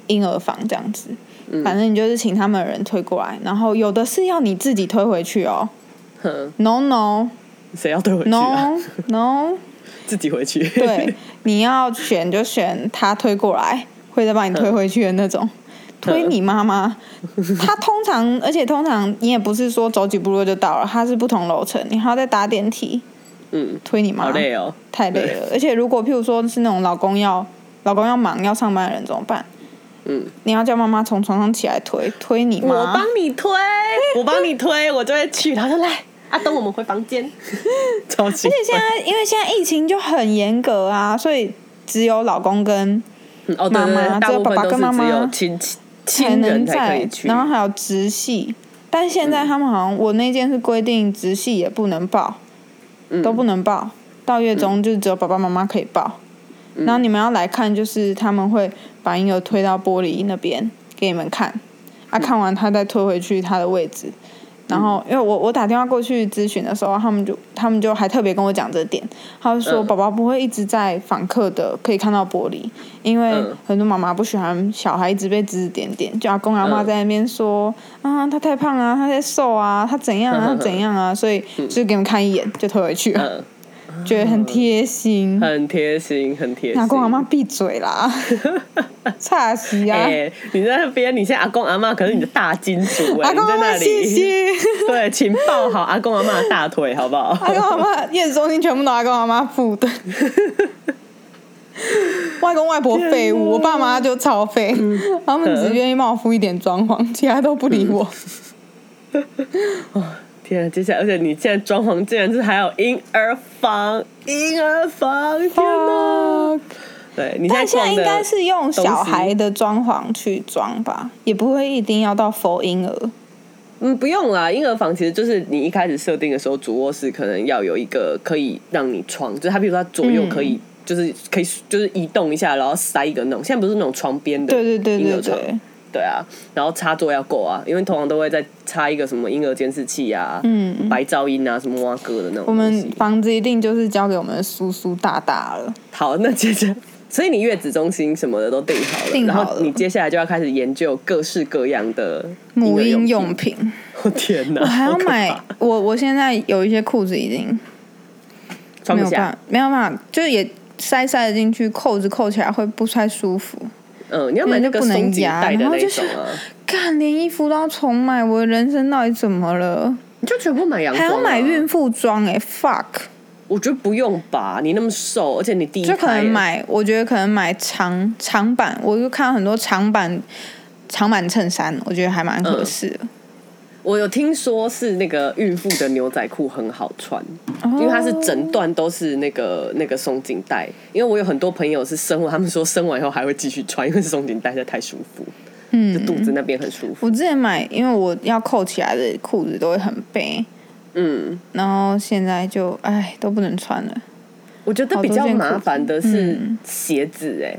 C: 婴儿房这样子。
B: 嗯
C: 反正你就是请他们的人推过来，然后有的是要你自己推回去哦。
B: 哼，
C: No no
B: 谁要对回去啊？
C: no no，
B: 自己回去。
C: 对，你要选就选他推过来，会再把你推回去的那种。
B: 嗯
C: 推你妈妈，他通常，而且通常你也不是说走几步路就到了，他是不同楼层，你还要再搭电梯
B: 嗯，
C: 推你妈，
B: 好累哦。
C: 太累了。而且如果譬如说是那种老公要老公要忙要上班的人怎么办？
B: 嗯，
C: 你要叫妈妈从床上起来推推你妈，
B: 我帮你 推，我帮你推，我就会去。然后就来，
C: 啊
B: 阿东，我们回房间。 超级。
C: 而且现在，因为现在疫情就很严格啊，所以只有老公跟
B: 嗯哦，对对
C: 妈
B: 对，
C: 妈
B: 大
C: 只有
B: 部分
C: 爸爸
B: 都是
C: 跟妈
B: 只
C: 妈
B: 有亲亲
C: 才
B: 亲人
C: 能
B: 才可
C: 在
B: 以，去。
C: 然后还有直系。但现在他们好像，我那件是规定直系也不能报，
B: 嗯
C: 都不能报，到月中就只有爸爸妈妈可以报。
B: 嗯
C: 然后你们要来看，就是他们会把婴儿推到玻璃那边给你们看，啊，
B: 嗯
C: 看完他再推回去他的位置。然后，因为我我打电话过去咨询的时候，他们就他们就还特别跟我讲这点，他就说
B: 嗯
C: 宝宝不会一直在访客的可以看到玻璃，因为
B: 嗯
C: 很多妈妈不喜欢小孩一直被指指点点，就阿公阿妈
B: 嗯
C: 在那边说、啊他太胖啊，他在瘦啊，他怎样
B: 嗯嗯嗯
C: 啊他怎 样啊，所以就给你们看一眼就推回去了，
B: 嗯，
C: 觉得很贴心。
B: 很贴心，很贴心。
C: 阿公阿妈闭 嘴啦，差死啊！
B: 哎、你在那边，你现在阿公阿妈可是你的大金主哎、
C: 阿
B: 你
C: 公
B: 在那
C: 阿妈
B: 里，
C: 谢谢。
B: 对，请抱好阿公阿妈的大腿，好不好？
C: 阿公阿妈月子中心全部都阿公阿妈付 的，外公外婆废物，我爸妈就超废，
B: 嗯
C: 他们只愿意帮我付一点装潢，其他都不理我。
B: 天啊！接下来，而且你现在装潢竟然是还有婴儿房，婴儿房，天哪！
C: 啊
B: 对你现
C: 但
B: 在
C: 现在
B: 逛
C: 应
B: 的
C: 该是用小孩的装潢去装吧，也不会一定要到 for 婴儿。
B: 嗯，不用啦。婴儿房其实就是你一开始设定的时候，主卧室可能要有一个可以让你床，就是它，比如说它左右可以，
C: 嗯
B: 就是可以就是移动一下，然后塞一个那种。现在不是那种床边的，
C: 对对对
B: 婴儿
C: 对
B: 床
C: 对，
B: 对啊，然后插座要够啊，因为通常都会再插一个什么婴儿监视器啊、
C: 嗯
B: 白噪音啊、什么蛙哥的那种
C: 我
B: 东西。
C: 们房子一定就是交给我们的叔叔大大了。
B: 好，那接着，所以你月子中心什么的都定好了，
C: 定好了
B: 然后你接下来就要开始研究各式各样的
C: 母婴
B: 婴儿
C: 用
B: 品。
C: 品，
B: 我 天哪，
C: 我还要
B: 好可怕
C: 买，我我现在有一些裤子已经
B: 穿
C: 没
B: 不
C: 有办
B: 下
C: 法。，没有办法，就是也塞塞得进去，扣子扣起来会不太舒服。
B: 嗯，你要买那个
C: 不能
B: 松紧
C: 压
B: 带的
C: 然后
B: 那
C: 就
B: 一种啊，
C: 干，连衣服都要重买，我的人生到底怎么了？
B: 你就全部买洋
C: 还
B: 装、啊，
C: 要买孕妇装哎，fuck！
B: 我觉得不用吧，你那么瘦，而且你第一
C: 就可
B: 胎啊
C: 能
B: 耶
C: 买，我觉得可能买长长版，我就看到很多长版长版衬衫，我觉得还蛮
B: 嗯
C: 合适的。
B: 我有听说是那个孕妇的牛仔裤很好穿，
C: 哦
B: 因为它是整段都是那个那个松紧带。因为我有很多朋友是生完，他们说生完以后还会继续穿，因为松紧带实在太舒服，就
C: 嗯，
B: 肚子那边很舒服。
C: 我之前买，因为我要扣起来的裤子都会很背，
B: 嗯，
C: 然后现在就哎都不能穿了。
B: 我觉得比较麻烦的
C: 好多件
B: 是
C: 裤子嗯
B: 鞋子、哎、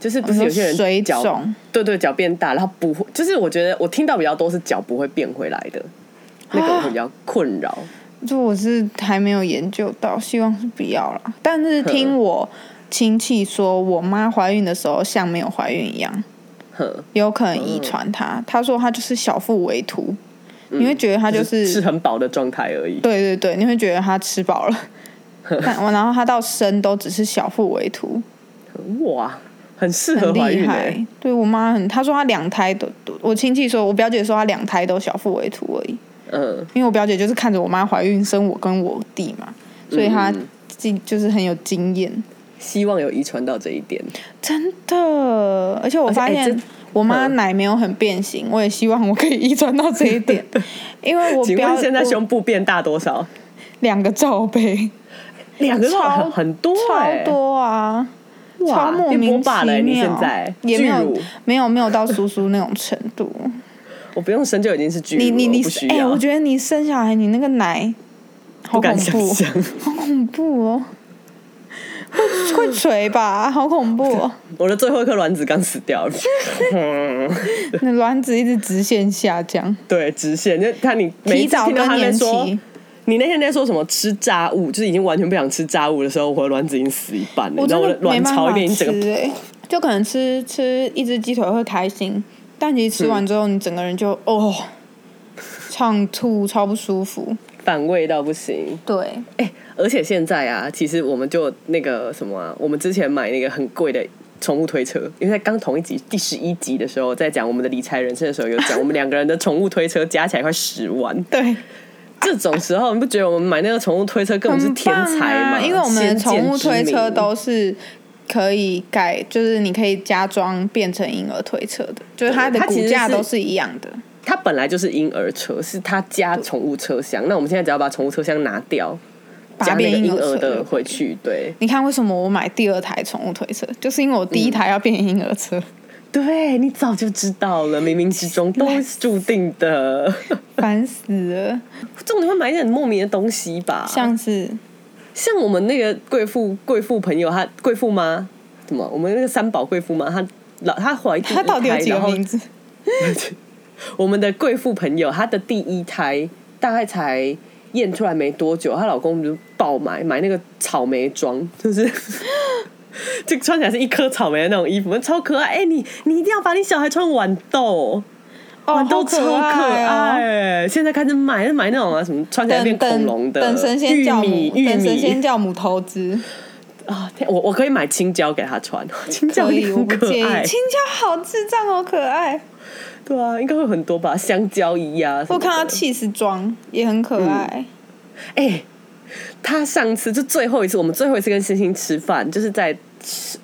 B: 就是不
C: 我
B: 是
C: 说
B: 有些人
C: 水
B: 脚
C: 肿，
B: 对对，脚变大，然后不
C: 啊
B: 会，就是我觉得我听到比较多是脚不会变回来的，那个我比较困扰。
C: 这我是还没有研究到，希望是不要啦。但是听我亲戚说，我妈怀孕的时候像没有怀孕一样，
B: 哼，
C: 有可能
B: 嗯
C: 遗传她。她说她就是小腹微凸，你会觉得她就
B: 就是
C: 是
B: 吃很饱的状态而已。
C: 对对对，你会觉得她吃饱 了，但我然后她到生都只是小腹微凸，
B: 哇，很适合
C: 很
B: 怀
C: 厉
B: 孕
C: 害。
B: 欸
C: 对我妈很，她说她两胎都，我亲戚说，我表姐说她两胎都小腹微凸而已。
B: 嗯，
C: 因为我表姐就是看着我妈怀孕生我跟我弟嘛，所以她
B: 嗯
C: 经就是很有经验，
B: 希望有遗传到这一点。
C: 真的。而且
B: 而
C: 我
B: 且
C: 发
B: 哎
C: 现
B: 这
C: 我妈
B: 嗯
C: 奶没有很变形，我也希望我可以遗传到这 一点，因为我
B: 请
C: 表
B: 问现在
C: 我
B: 胸部变大多少？
C: 两个罩杯，
B: 两个
C: 超
B: 很很多欸
C: 超多啊。
B: 哇
C: 超莫
B: 变
C: 名
B: 波
C: 其
B: 霸了欸
C: 妙，
B: 你现在
C: 也没
B: 巨
C: 有
B: 乳
C: 没有没有到叔叔那种程度。
B: 我不用生就已经是 巨乳了，
C: 你你你
B: 我不需，
C: 哎、
B: 要，
C: 我觉得你生小孩，你那个奶
B: 不
C: 好恐
B: 敢想
C: 怖，
B: 象，
C: 好恐怖哦，会会垂 吧，好恐怖、哦！
B: 我的最后一颗卵子刚死掉了。
C: 那卵子一直直线下降，
B: 对，直线就看你每一
C: 提
B: 次
C: 早
B: 听到
C: 更
B: 他在
C: 年
B: 说，
C: 期。
B: 你那天在说什么吃炸物，就是已经完全不想吃炸物的时候，我的卵子已经死一半了，
C: 我
B: 你知
C: 真
B: 道我
C: 的
B: 的
C: 没
B: 卵
C: 办
B: 巢
C: 法
B: 一边已
C: 吃
B: 经整个
C: 哎、就可能吃吃一只鸡腿会开心，但其实吃
B: 嗯
C: 完之后你整个人就 哦，畅吐，超不舒服。
B: 反胃到不行。
C: 对，
B: 哎、而且现在啊，其实我们就那个什么啊，我们之前买那个很贵的。宠物推车，因为在刚同一集第十一集的时候，在讲我们的理财人生的时候，有讲我们两个人的宠物推车加起来快十万。
C: 对，
B: 这种时候，你不觉得我们买那个宠物推车根本是
C: 很
B: 天
C: 棒
B: 才吗？
C: 啊！因为我们的
B: 先见
C: 宠物
B: 之
C: 推
B: 明
C: 车都是可以改，就是你可以加装变成婴儿推车的，就是它的
B: 它其
C: 骨
B: 实
C: 架
B: 是
C: 都是一样的。
B: 它本来就是婴儿车，是它加宠物车厢。那我们现在只要把宠物车厢拿掉，
C: 把它
B: 加那个
C: 变婴
B: 婴
C: 儿
B: 儿
C: 车就可
B: 的
C: 以
B: 回去。对，
C: 你看为什么我买第二台宠物推车，就是因为我第一台要变婴儿 车，
B: 对你早就知道了，冥冥之 中都是注定的。
C: 烦死了。
B: 重点会买一些很莫名的东西吧，
C: 像是
B: 像我们那个贵妇贵妇朋友，她贵妇妈什么？我们那个三宝贵妇妈，她老她怀第一
C: 它到底有
B: 胎
C: 几个
B: 然后
C: 名字？
B: 我们的贵妇朋友，她的第一胎大概才验出来没多久，她老公就爆买买那个草莓装， 就是就穿起来是一颗草莓的那种衣服，超可爱。哎、你你一定要把你小孩穿豌豆，
C: 哦，
B: 豌豆
C: 好
B: 超可
C: 爱哦。
B: 爱。现在开始买买那种啊，什么穿起来变
C: 等
B: 恐龙
C: 等
B: 的
C: 等神仙
B: 玉
C: 教母
B: 米，玉
C: 等神仙
B: 米
C: 教母投资
B: 啊、天我我可以买青椒给她穿， 青椒
C: 可
B: 一
C: 以，
B: 定
C: 我
B: 很
C: 不
B: 可
C: 介意。
B: 爱。
C: 青椒好智障，好可爱。
B: 对啊，应该会很多吧，香蕉衣啊什么的。
C: 我看到 cheese 装也很
B: 嗯
C: 可爱，
B: 哎、他上次就最后一次，我们最后一次跟星星吃饭，就是在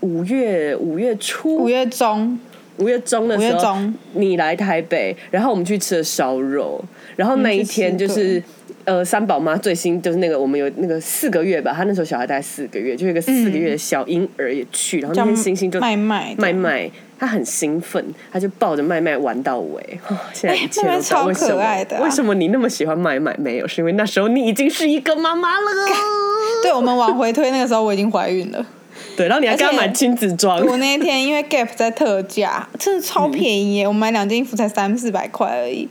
B: 五月五月初、
C: 五月中
B: 五月中的
C: 五月
B: 时候
C: 中，
B: 你来台北，然后我们去吃了烧肉，然后那一天就
C: 我们去
B: 是。呃，三宝妈最新就是那个，我们有那个四个月吧，她那时候小孩大概四个月，就有一个四个月的小婴儿也去，然后那
C: 嗯叫
B: 天星星就
C: 麦麦
B: 麦麦，她很兴奋，她就抱着麦麦玩到尾。 哦现在一切
C: 麦
B: 都
C: 麦
B: 知道
C: 哎超
B: 为什么、
C: 可爱的啊
B: 为什么你那么喜欢麦麦？没有，是因为那时候你已经是一个妈妈 了。
C: 对我们往回推那个时候我已经怀 孕了。
B: 对，然后你还给她
C: 而且
B: 买亲子装，
C: 我那一天因为 Gap 在特价，真的超便宜耶！我买两件衣服才三四百块而已。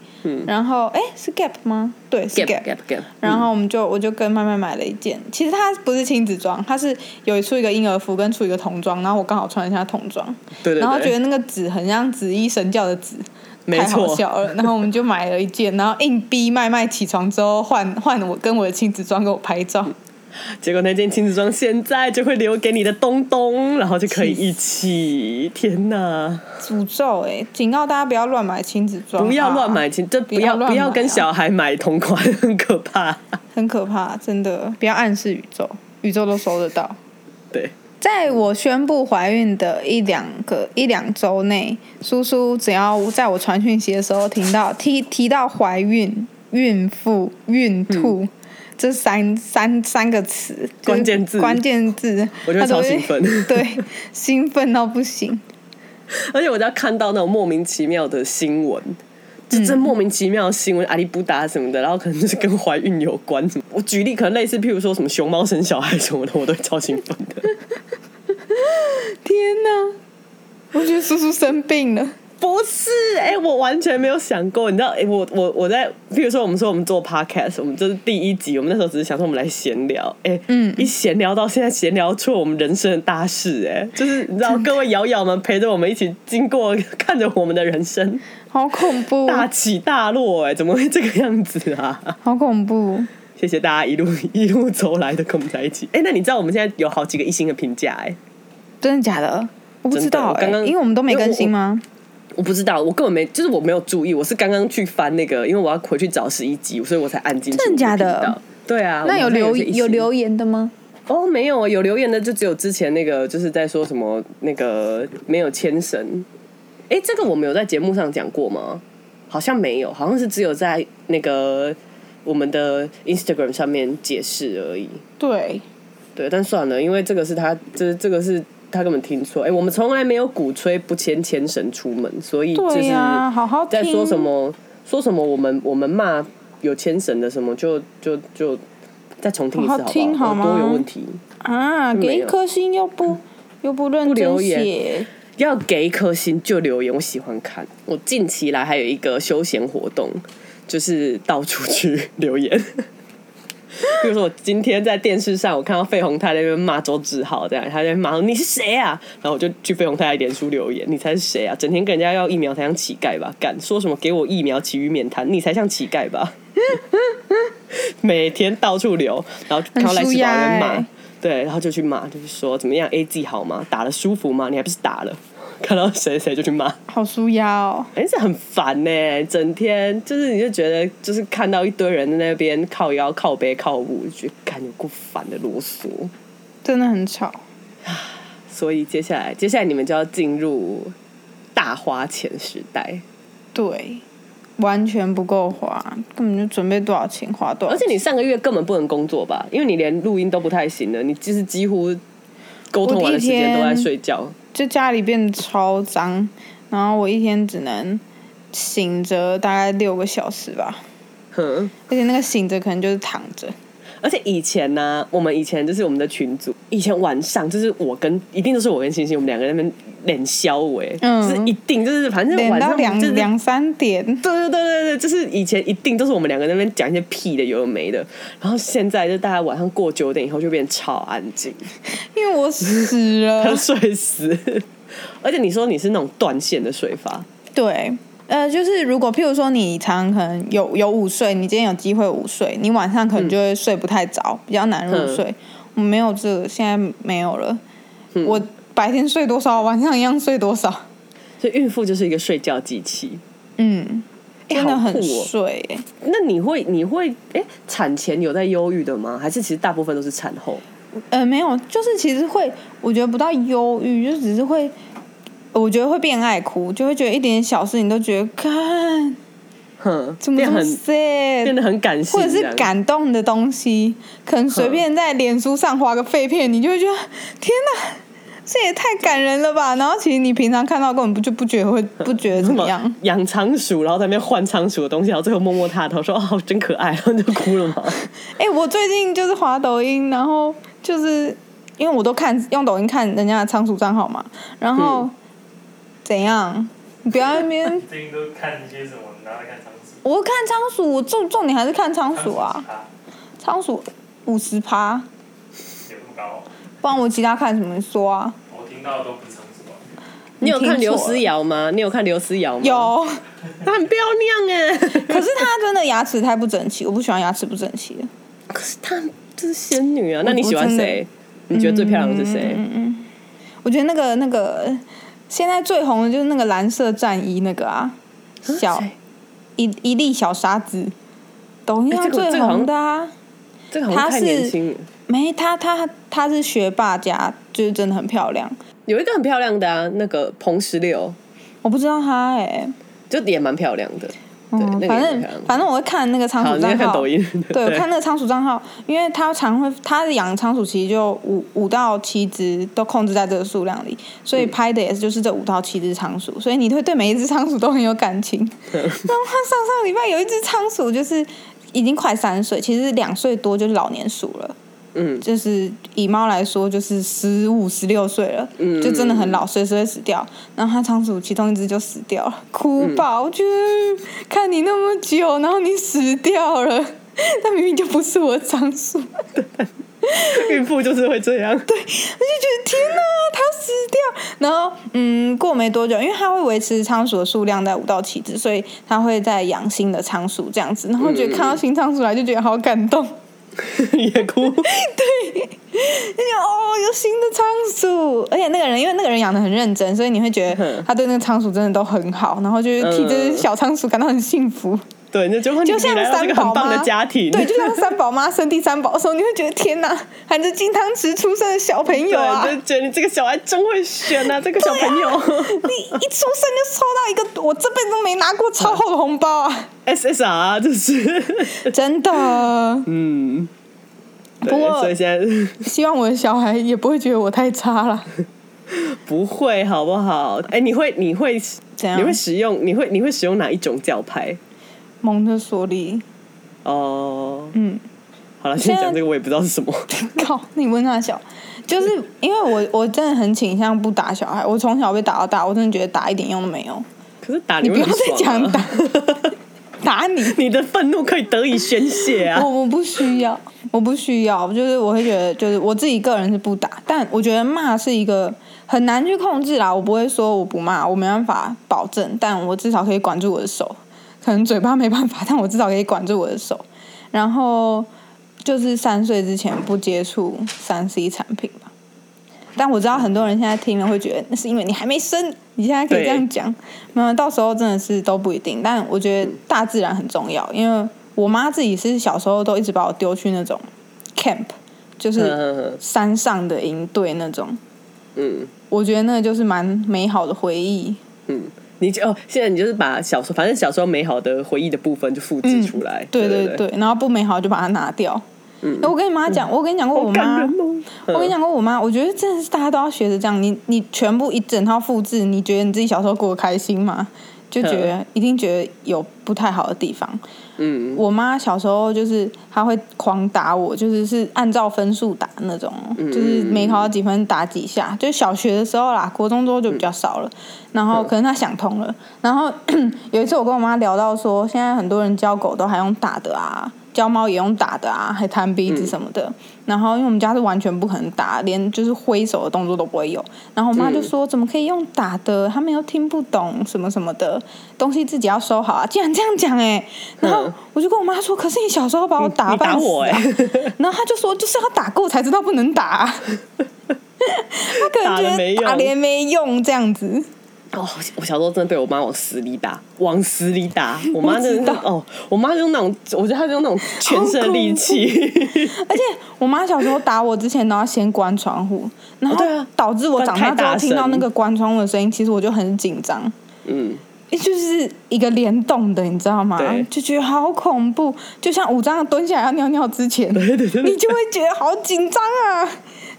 C: 然后哎、是 Gap 吗？对，是
B: 嗯 gap gap gap。
C: 然后我们就我就跟麦麦买了一件，其实它不是亲子装，它是有出一个婴儿服跟出一个童装，然后我刚好穿了一下童装，
B: 对对
C: 然后
B: 对
C: 觉得那个纸很像紫衣神教的纸，
B: 没
C: 太好
B: 错
C: 笑了。然后我们就买了一件，然后硬逼麦麦起床之后换换我跟我的亲子装给我拍照，
B: 结果那件亲子装现在就会留给你的东东，然后就可以一起。天哪！
C: 诅咒哎、警告大家不要乱买亲子装，
B: 不要乱
C: 啊
B: 买亲，这
C: 不
B: 不
C: 要
B: 要
C: 乱
B: 不要
C: 买
B: 跟
C: 啊
B: 小孩买同款，很可怕。
C: 很可怕，真的不要暗示宇宙，宇宙都收得到。
B: 对，
C: 在我宣布怀孕的一两个一两周内，叔叔只要在我传讯息的时候听到提提到怀孕、孕妇、孕吐、这三三三个词，就是
B: 嗯关键字
C: 关键字，
B: 我就
C: 他
B: 会超
C: 都会
B: 兴奋。
C: 对，兴奋到不行。
B: 而且我只要看到那种莫名其妙的新闻，就这莫名其妙的新闻，阿里不达什么的，然后可能就是跟怀孕有关什么。我举例，可能类似譬如说什么熊猫生小孩什么的，我都会超兴奋的。
C: 天哪，我觉得叔叔生病了，
B: 不是，哎、我完全没有想过，你知道，哎、我我我在，譬如说，我们说我们做 podcast，我们这是第一集，我们那时候只是想说我们来闲聊，哎、
C: 嗯
B: 一闲聊到现在，闲聊出我们人生的大事、哎，就是你知道，各位瑶瑶们陪着我们一起经过，看着我们的人生
C: 好恐怖，
B: 大起大落、哎，怎么会这个样子啊？
C: 好恐怖。
B: 谢谢大家一路一路走来的跟我们在一起，哎、那你知道我们现在有好几个一星的评价、哎。
C: 真的假的？我不知道、
B: 真的我
C: 欸，
B: 刚刚
C: 因为我们都没更新吗？
B: 我不知道，我根本没，就是我没有注意，我是刚刚去翻那个，因为我要回去找十一集，所以我才按进去。
C: 真的假的
B: 我就听到？对啊，
C: 那有
B: 我看
C: 留
B: 些一些
C: 有留言的吗？
B: 哦，没有啊，有留言的就只有之前那个，就是在说什么那个没有牵绳。哎、这个我们有在节目上讲过吗？好像没有，好像是只有在那个我们的 Instagram 上面解释而已。
C: 对，
B: 对，但算了，因为这个是他，这这个是他根本听错。哎、我们从来没有鼓吹不牵牵绳出门，所以就是
C: 对呀、好好听。
B: 在说什？么说什么我们我们骂有牵绳的什么，就就就再重听一次好不
C: 好听好吗
B: 我多有问题，
C: 啊，
B: 没有
C: 给一颗星又不又不认
B: 不
C: 真
B: 留言
C: 写，
B: 要给一颗星就留言，我喜欢看。我近期来还有一个休闲活动，就是到处去 留言。比如说，我今天在电视上，我看到费鸿泰在那边骂周志浩，这样他在那边骂说你是谁啊？然后我就去费鸿泰的脸书留言，你才是谁啊？整天跟人家要疫苗才像乞丐吧？敢说什么给我疫苗，其余免谈，你才像乞丐吧？ 每天到处留，然后看到赖世宝在那边
C: 很舒压欸
B: 骂，对，然后就去骂，就是说怎么样 A G 好吗？打的舒服吗？你还不是打了？看到谁谁就去骂，
C: 好舒压哦。
B: 哎、这很烦呢、整天就是你就觉得就是看到一堆人在那边靠腰靠背靠舞，就觉得感觉够烦的啰嗦。
C: 真的很吵。
B: 所以接下来接下来你们就要进入大花钱时代，
C: 对，完全不够花，根本就准备多少钱花多少
B: 而且
C: 钱
B: 你上个月根本不能工作吧？因为你连录音都不太行了，你就是几乎沟通完的时间都在睡觉。
C: 就家里变得超脏，然后我一天只能醒着大概六个小时吧，
B: 哼。
C: 而且那个醒着可能就是躺着。
B: 而且以前呢、我们以前就是我们的群组，以前晚上就是我跟一定都是我跟星星，我们两个人在那边脸消尾，
C: 嗯
B: 就是一定就是反正
C: 点
B: 晚
C: 到两
B: 上就是
C: 两三点，
B: 对对对对对，就是以前一定都是我们两个在那边讲一些屁的有的没的，然后现在就大家晚上过九点以后就变超安静，
C: 因为我死 了
B: 要。睡死。而且你说你是那种断线的睡法，
C: 对，呃，就是如果譬如说你常可能有有午睡，你今天有机会午睡，你晚上可能就会睡不太着，比较难入睡。
B: 嗯
C: 我没有这个，现在没有了。我白天睡多少，晚上一样睡多少。
B: 所以孕妇就是一个睡觉机器。
C: 嗯，
B: 哎
C: 真的
B: 好酷
C: 很
B: 哦
C: 睡、欸。
B: 那你会你会哎、产前有在忧郁的吗？还是其实大部分都是产后？
C: 呃，没有，就是其实会，我觉得不到忧郁，就只是会，我觉得会变爱哭，就会觉得一点小事情都觉得，看
B: 哼，
C: 怎么
B: 变
C: 这么
B: 很
C: sad，
B: 变得很感性
C: 或
B: 这
C: 者
B: 样，
C: 是感动的东西，可能随便在脸书上划个废片，你就会觉得天哪，这也太感人了吧！然后其实你平常看到根本不就不觉得会不觉得
B: 什
C: 怎么
B: 么
C: 样，
B: 养仓鼠，然后在那边换仓鼠的东西，然后最后摸摸它的头，说哦真可爱，然后就哭了 嘛。
C: 哎、我最近就是滑抖音，然后就是因为我都看用抖音看人家的仓鼠账号嘛，然后、
B: 嗯
C: 怎样？你不要在那边，
F: 最近都看一些什么？然后看仓鼠。
C: 我看仓鼠，我重重点还是看仓
F: 仓
C: 鼠啊，
F: 差
C: 仓鼠五十趴，
F: 有那么高哦？
C: 不然我其他看什么？你说啊，
F: 我听到的都不是仓鼠啊。
B: 你有
C: 听
B: 看刘
C: 错了
B: 思瑶吗？你有看刘思瑶吗？，
C: 有，
B: 她很漂亮 哎，
C: 可是它真的牙齿太不整齐，我不喜欢牙齿不整齐的。
B: 可是她就是仙女啊。那你
C: 我
B: 喜欢
C: 真的嗯
B: 谁？你觉得最漂亮的是谁？
C: 我觉得那个那个现在最红的就是那个蓝色战衣那个啊，
B: 嗯
C: 小
B: 谁
C: 一一粒小沙子，抖音
B: 哎
C: 上
B: 这个
C: 最
B: 这个好像
C: 红的啊。
B: 这个好像
C: 她
B: 太
C: 是
B: 年轻了。
C: 没，她她她是学霸家，就是真的很漂亮。
B: 有一个很漂亮的啊，那个彭十六，
C: 我不知道她哎、
B: 就也蛮漂亮的。对，
C: 嗯
B: 那，个
C: 反
B: 也蛮
C: 正
B: 漂亮的。
C: 反正我会看那个仓
B: 好，
C: 鼠
B: 你在
C: 账
B: 看
C: 号，
B: 抖音？
C: 对，我看那个仓鼠账号，因为它常会，它养仓鼠其实就五五到七只都控制在这个数量里，所以拍的也是就是这五到七只仓鼠，所以你会对每一只仓鼠都很有感情。然后它上上礼拜有一只仓鼠就是已经快三岁，其实两岁多就是老年鼠了，
B: 嗯
C: 就是以猫来说，就是十五、十六岁了，
B: 嗯
C: 就真的很老，随时会死掉。然后它仓鼠其中一只就死掉了，哭吧！我觉得看你那么久，然后你死掉了， 它明明就不是我的仓鼠，
B: 孕妇就是会这样。对，
C: 我就觉得天哪，它死掉。然后，嗯，过没多久，因为它会维持仓鼠的数量在五到七只，所以它会在养新的仓鼠这样子。然后我觉得看到新仓鼠来，就觉得好感动。
B: 也哭。
C: 就觉得哦，有新的仓鼠，而且那个人因为那个人养的很认真，所以你会觉得
B: 哼
C: 他对那个仓鼠真的都很好，然后就是替这只小仓鼠感到很幸 福，
B: 对，那就会
C: 就像
B: 你来到
C: 三
B: 这个
C: 宝
B: 很棒
C: 妈
B: 的家庭，
C: 对，就像三宝妈生第三宝的时候，你会觉得天哪，含着金汤匙出生的小朋友啊，
B: 对，就觉得你这个小孩真会选啊，这个小朋友
C: 你一出生就抽到一个我这辈子都没拿过超厚的红包啊，
B: SSR 就是，
C: 真的，
B: 嗯，对
C: 不过
B: 所以现在
C: 希望我的小孩也不会觉得我太差了，
B: 不会好不好？哎、你会你会
C: 怎样
B: 你会使用你会你会使用哪一种教派？
C: 蒙特梭利，
B: 哦，
C: 嗯。
B: 好了，现在
C: 现在
B: 讲这个我也不知道是 什么，
C: 靠，你问他小，就是因为我我真的很倾向不打小孩，我从小被打到大，我真的觉得打一点用都没有。
B: 可是打
C: 你
B: 你会
C: 不要
B: 很
C: 再
B: 爽
C: 讲
B: 啊
C: 打， 打你，
B: 你的愤怒可以得以宣泄啊
C: 我。我不需要，我不需要，就是我会觉得，就是我自己个人是不打，但我觉得骂是一个很难去控制啦。我不会说我不骂，我没办法保证，但我至少可以管住我的手，可能嘴巴没办法，但我至少可以管住我的手。然后就是三岁之前不接触三 C 产品吧。但我知道很多人现在听了会觉得那是因为你还没生，你现在可以
B: 对
C: 这样讲。那到时候真的是都不一定，但我觉得大自然很重要，因为我妈自己是小时候都一直把我丢去那种 camp，就
B: 嗯
C: 是
B: 嗯嗯
C: 山上的营队那种。
B: 嗯
C: 我觉得那就是蛮美好的回忆。
B: 嗯，你就哦，现在你就是把小时候，反正小时候美好的回忆的部分就复制出来。
C: 嗯对
B: 对
C: 对，然后不美好就把它拿掉。
B: 嗯
C: 哎我跟你妈讲，我跟你讲过我
B: 好感
C: 妈，
B: 人哦。
C: 我跟你讲过我妈，我觉得真的是大家都要学着这样，你你全部一整套复制，你觉得你自己小时候过得开心吗？就觉得一定觉得有不太好的地方。
B: 嗯，
C: 我妈小时候就是她会狂打我，就是是按照分数打那种，就是没考到几分打几下。就小学的时候啦，国中之后就比较少了。然后可能她想通了。然后 有一次我跟我妈聊到说，现在很多人教狗都还用打的啊，教猫也用打的啊，还弹鼻子什么的。然后因为我们家是完全不可能打，连就是挥手的动作都不会有。然后
B: 嗯
C: 我妈就说：“怎么可以用打的？他们又听不懂什么什么的东西，自己要收好啊！”竟然这样讲哎、然后
B: 嗯
C: 我就跟我妈说：“可是你小时候把我打
B: 你
C: 半
B: 打
C: 死、
B: 我
C: 啊。
B: 哎、
C: 然后她就说：“就是要打过才知道不能打、啊。”她可能
B: 打了没
C: 觉得
B: 用
C: 打连没用这样子。
B: 哦，我小时候真的被我妈往死里打，往死里打。我妈真的
C: 我
B: 是
C: 知
B: 哦，我妈用那种，我觉得她是用那种全身的力气，
C: 而且我妈小时候打我之前都要先关窗户，然后
B: 对啊
C: 导致我长大之
B: 不然
C: 后
B: 太大声
C: 听到那个关窗户的声音，其实我就很紧张。
B: 嗯，
C: 就是一个联动的，你知道吗
B: 对？
C: 就觉得好恐怖，就像五张蹲下来要尿尿之前，你就会觉得好紧张啊。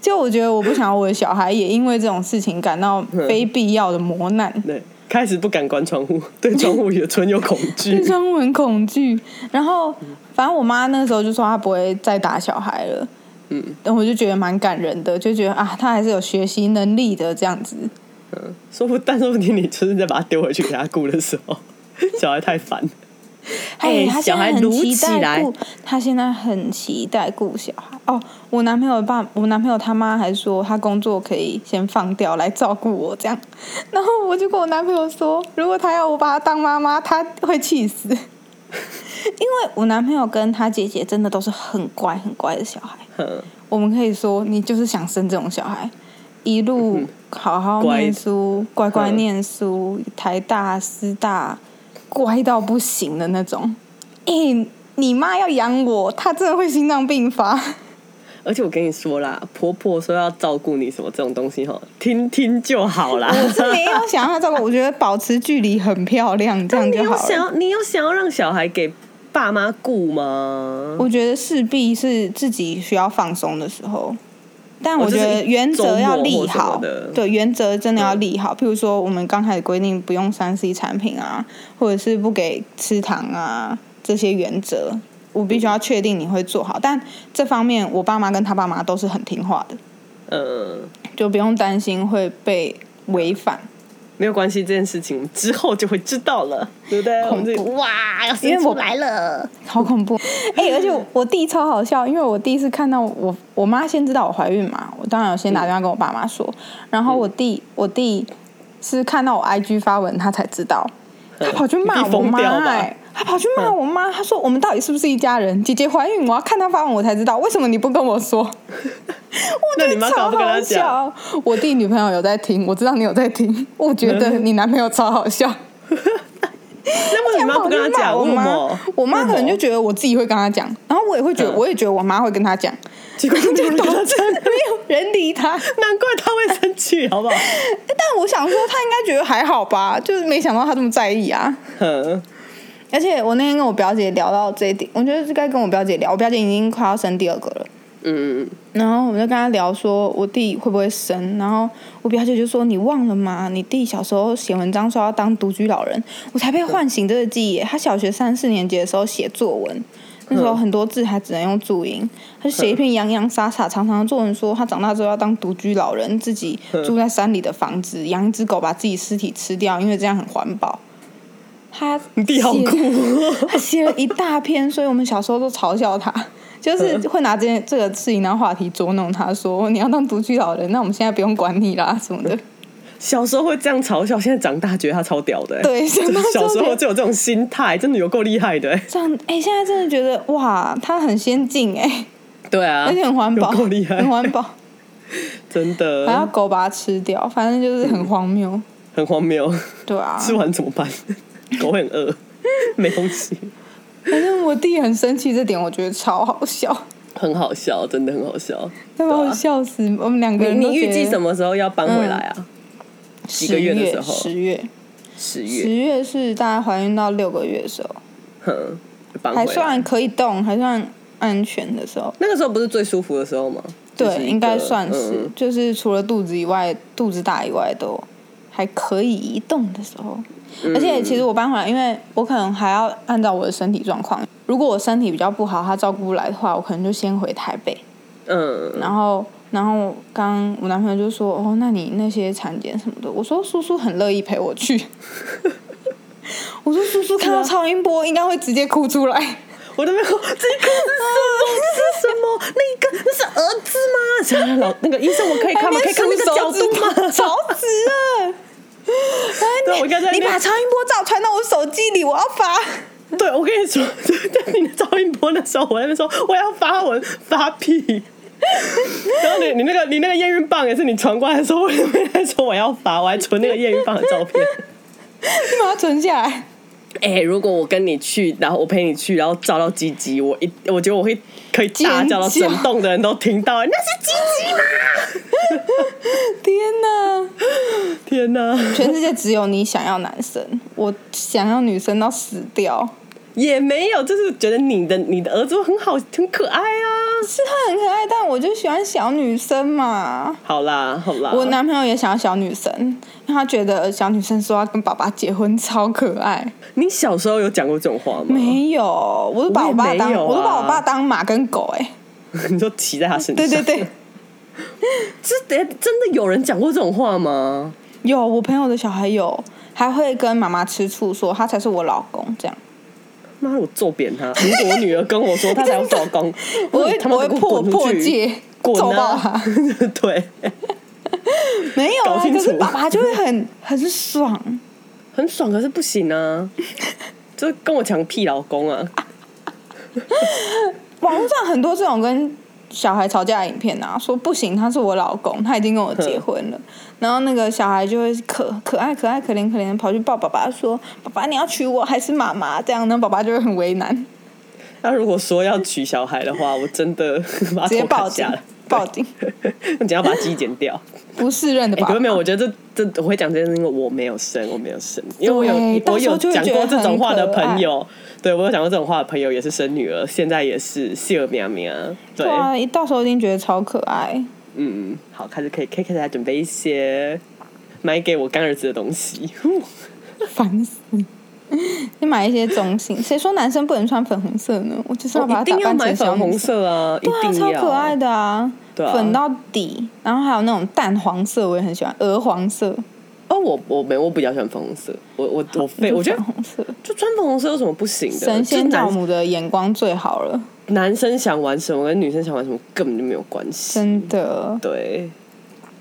C: 就我觉得我不想要我的小孩也因为这种事情感到
B: 嗯
C: 非必要的磨难，
B: 对，开始不敢关窗户，对窗户也存有恐惧
C: 对。窗户很恐惧。然后反正我妈那时候就说她不会再打小孩了，
B: 嗯，
C: 但我就觉得蛮感人的，就觉得啊，她还是有学习能力的这样子。
B: 说不，但说不定你就是在把它丢回去给她顾的时候，小孩太烦。
C: 哎
B: 哎，
C: 他现
B: 小
C: 在
B: 孩
C: 很
B: 撸
C: 期
B: 起
C: 待
B: 来
C: 顾，他现在很期待顾小孩。哦，我男朋友的爸，我男朋友他妈还说他工作可以先放掉来照顾我这样， 然后我就跟我男朋友说，如果他要我把他当妈妈，他会气死。 因为我男朋友跟他姐姐真的都是很乖很乖的小孩，
B: 嗯，
C: 我们可以说你就是想生这种小孩，一路好好
B: 乖
C: 念书，乖乖
B: 嗯
C: 念书，台大、师大，乖到不行的那种。诶、你妈要养我，她真的会心脏病发。
B: 而且我跟你说啦，婆婆说要照顾你什么这种东西哈，听听就好啦。
C: 我是没有想要照顾，我觉得保持距离很漂亮，这样
B: 你
C: 就
B: 有
C: 好
B: 想要，
C: 了。
B: 你有想要让小孩给爸妈顾吗？
C: 我觉得势必是自己需要放松的时候，但
B: 哦
C: 我
B: 就
C: 觉
B: 是
C: 得原则要立
B: 周末
C: 好
B: 或什么的，
C: 对原则真的要立好。譬如说，我们刚开始规定不用三 C 产品啊，或者是不给吃糖啊这些原则，我必须要确定你会做好。但这方面，我爸妈跟他爸妈都是很听话的，
B: 呃，
C: 就不用担心会被违反。
B: 没有关系，这件事情之后就会知道了，对不对？我们自己哇，要生出来了，
C: 好恐怖！ 哎、而且我我弟超好笑，因为我第一次看到我我妈先知道我怀孕嘛，我当然有先
B: 嗯
C: 打电话跟我爸妈说，然后我弟我弟是看到我 IG 发文他才知道，他跑去
B: 嗯
C: 骂
B: 你弟
C: 我
B: 疯
C: 妈、
B: 掉吧嗯
C: 哎，他跑去骂我妈，他说我们到底是不是一家人？姐姐怀孕，我要看她发文我才知道，为什么你不跟 我说？
B: 那你妈
C: 超
B: 早就跟他
C: 好
B: 讲，
C: 笑！我弟女朋友有在听，我知道你有在听，我觉得
B: 嗯
C: 你男朋友超好笑。
B: 那为什么你妈不跟他讲？
C: 我
B: 为什
C: 妈
B: 么？，
C: 我妈可能就觉得我自己会跟他讲，然后我也会觉得，
B: 嗯
C: 我也觉得我妈会跟他讲，
B: 结果就没有人
C: 就
B: 跟他
C: 导致
B: 讲，
C: 没有人 理他。
B: 难怪他会生气，好不 好？
C: 但我想说，他应该觉得还好吧， 就是没想到他这么在意啊。
B: 嗯，
C: 而且我那天跟我表姐聊到这一点，我觉得是该跟我表姐聊，我表姐已经快要生第二个了。
B: 嗯，
C: 然后我就跟她聊说我弟会不会生，然后我表姐就说你忘了吗？你弟小时候写文章说要当独居老人，我才被唤醒这个记忆耶。他小学三四年级的时候写作
B: 嗯
C: 文，那时候很多字还只能用注音，他就写一篇洋洋洒洒长长的作文，说他长大之后要当独居老人，自己住在山里的房子，养一只狗把自己尸体吃掉，因为这样很环保。他
B: 你弟好
C: 写
B: 酷哦，
C: 他写了一大篇，所以我们小时候都嘲笑他，就是
B: 嗯
C: 会拿这件这个事情当话题捉弄他，说你要当独居老人，那我们现在不用管你啦什么的。
B: 小时候会这样嘲笑，现在长大觉得他超屌的、欸。
C: 对
B: 真的
C: 长大之后
B: 小时
C: 觉
B: 候
C: 得
B: 就有这种心态，真的有够厉害的、欸。
C: 这样，哎、现在真的觉得哇，他很先进哎、
B: 对啊，
C: 而且很环 保，
B: 有够啊厉害嗯
C: 很，环保，
B: 真
C: 还要
B: 的
C: 狗把它吃掉，反正就是很荒谬。
B: 很荒谬。
C: 对啊，
B: 吃完怎么办？狗会很饿， 没东西，
C: 反正我弟很生气，这点我觉得超好笑，
B: 很好笑，真的很好笑。
C: 要把我笑死。我们两个
B: 啊你
C: 人
B: 你预计什
C: 么？
B: 么时候要搬回来啊？
C: 十
B: 个月的时候
C: 十月，
B: 十
C: 十
B: 月，
C: 月是大概怀孕到六个月的时候。
B: 哼，搬回
C: 还
B: 来
C: 算可以动，还算安全的时候，
B: 那个时候不是最舒服的时候吗？就是一
C: 对，
B: 个
C: 应该算是，
B: 嗯
C: 就是除了肚子以外，肚子大以外都还可以移动的时候。
B: 嗯
C: 而且其实我搬回来，因为我可能还要按照我的身体状况，如果我身体比较不好，他照顾不来的话，我可能就先回台北。
B: 嗯，
C: 然后，然后刚我男朋友就说：“哦，那你那些产检什么的？”我说：“叔叔很乐意陪我去。” 我说：“叔叔
B: 啊
C: 看到超音波应该会直接哭出来。”
B: 我都没有，这个是什么？这是什么？ 那个那是儿子吗？想想老那个医生，我可以看吗？可以看那个角度吗？
C: 吵死 了！哎
B: 对我刚才那
C: 你把超音波照传到我手机里，我要发。
B: 对，我跟你说，对你的赵音波那时候，我在那边说我要发文发屁。 然后你你那个你那个验孕棒也是你传过来的时候，我在那边说我要发，我还存那个验孕棒的照片。
C: 你把它存下来。
B: 哎、如果我跟你去，然后我陪你去，然后照到鸡鸡，我一我觉得我会可以大叫到
C: 尖叫
B: 整栋的人都听到、哎那是鸡 鸡吗？
C: 天哪！
B: 天哪、
C: 全世界只有你想要男生，我想要女生到死掉。
B: 也没有，就是觉得你的你的儿子很好，很可爱啊。
C: 是他很可爱，但我就喜欢小女生嘛。
B: 好啦，好啦，
C: 我男朋友也想要小女生，因为他觉得小女生说要跟爸爸结婚超可爱。
B: 你小时候有讲过这种话吗？，
C: 没有，我都把我爸
B: 我也没
C: 当，
B: 有啊
C: 我都把我爸当马跟狗哎、
B: 你就骑在他身上。
C: 对对对，
B: 这得真的有人讲过这种话吗？
C: 有，我朋友的小孩有，还会跟妈妈吃醋说他才是我老公这样，
B: 妈的，我揍扁他！如果我女儿跟我说她 想老公，
C: 我
B: 说
C: 会
B: 你他妈
C: 我会
B: 给
C: 破
B: 滚出
C: 破
B: 去，
C: 戒，揍
B: 滚
C: 爆
B: 啊
C: 他。！
B: 对，
C: 没有
B: 搞
C: 啊，
B: 清
C: 可是
B: 楚
C: 爸爸就会很很爽，
B: 很爽，可是不行 啊！就跟我抢屁老公啊！
C: 网络上很多这种跟小孩吵架的影片啊，说不行，他是我老公，他已经跟我结婚了。然后那个小孩就会可可爱可爱可怜可怜地跑去抱爸爸说：“爸爸，你要娶我还是妈妈？”这样呢，爸爸就会很为难，
B: 那如果说要娶小孩的话，我真的 把他
C: 直接
B: 头砍
C: 报
B: 下
C: 警
B: 来，
C: 报警，
B: 你只要把鸡剪 掉。
C: 不适任的
B: 哎、
C: 爸
B: 可
C: 爸。
B: 是没有，我觉得这这我会讲这件事，因为我没有生，我没有生，因为我有
C: 对到
B: 我
C: 时候
B: 有
C: 就会
B: 讲
C: 觉得
B: 过这种话的
C: 很可爱
B: 朋友，对我有讲过这种话的朋友也是生女儿，现在也是秀喵喵，对，
C: 对啊，一到时候一定觉得超可爱。
B: 嗯，好，开始可以可以开始来准 备一些买给我干儿子的东西。
C: 烦死！就买一些中性。 谁说男生不能穿粉红色呢？我就是要把
B: 一
C: 它
B: 定
C: 打
B: 要
C: 扮
B: 买
C: 成小
B: 粉
C: 女
B: 红
C: 生。
B: 色啊，一
C: 对啊，
B: 定
C: 超
B: 要
C: 可爱的啊，
B: 对啊
C: 粉到底，然后还有那种淡黄色，我也很喜欢，鹅黄色，
B: 哦，我我没，我比较喜欢粉红色，我我我非我觉得
C: 粉红色。
B: 就穿粉红色有什么不行的？
C: 神仙
B: 就
C: 教
B: 男
C: 母的眼光最好了，
B: 男生想玩什么跟女生想玩什么根本就没有关系，
C: 真的。
B: 对，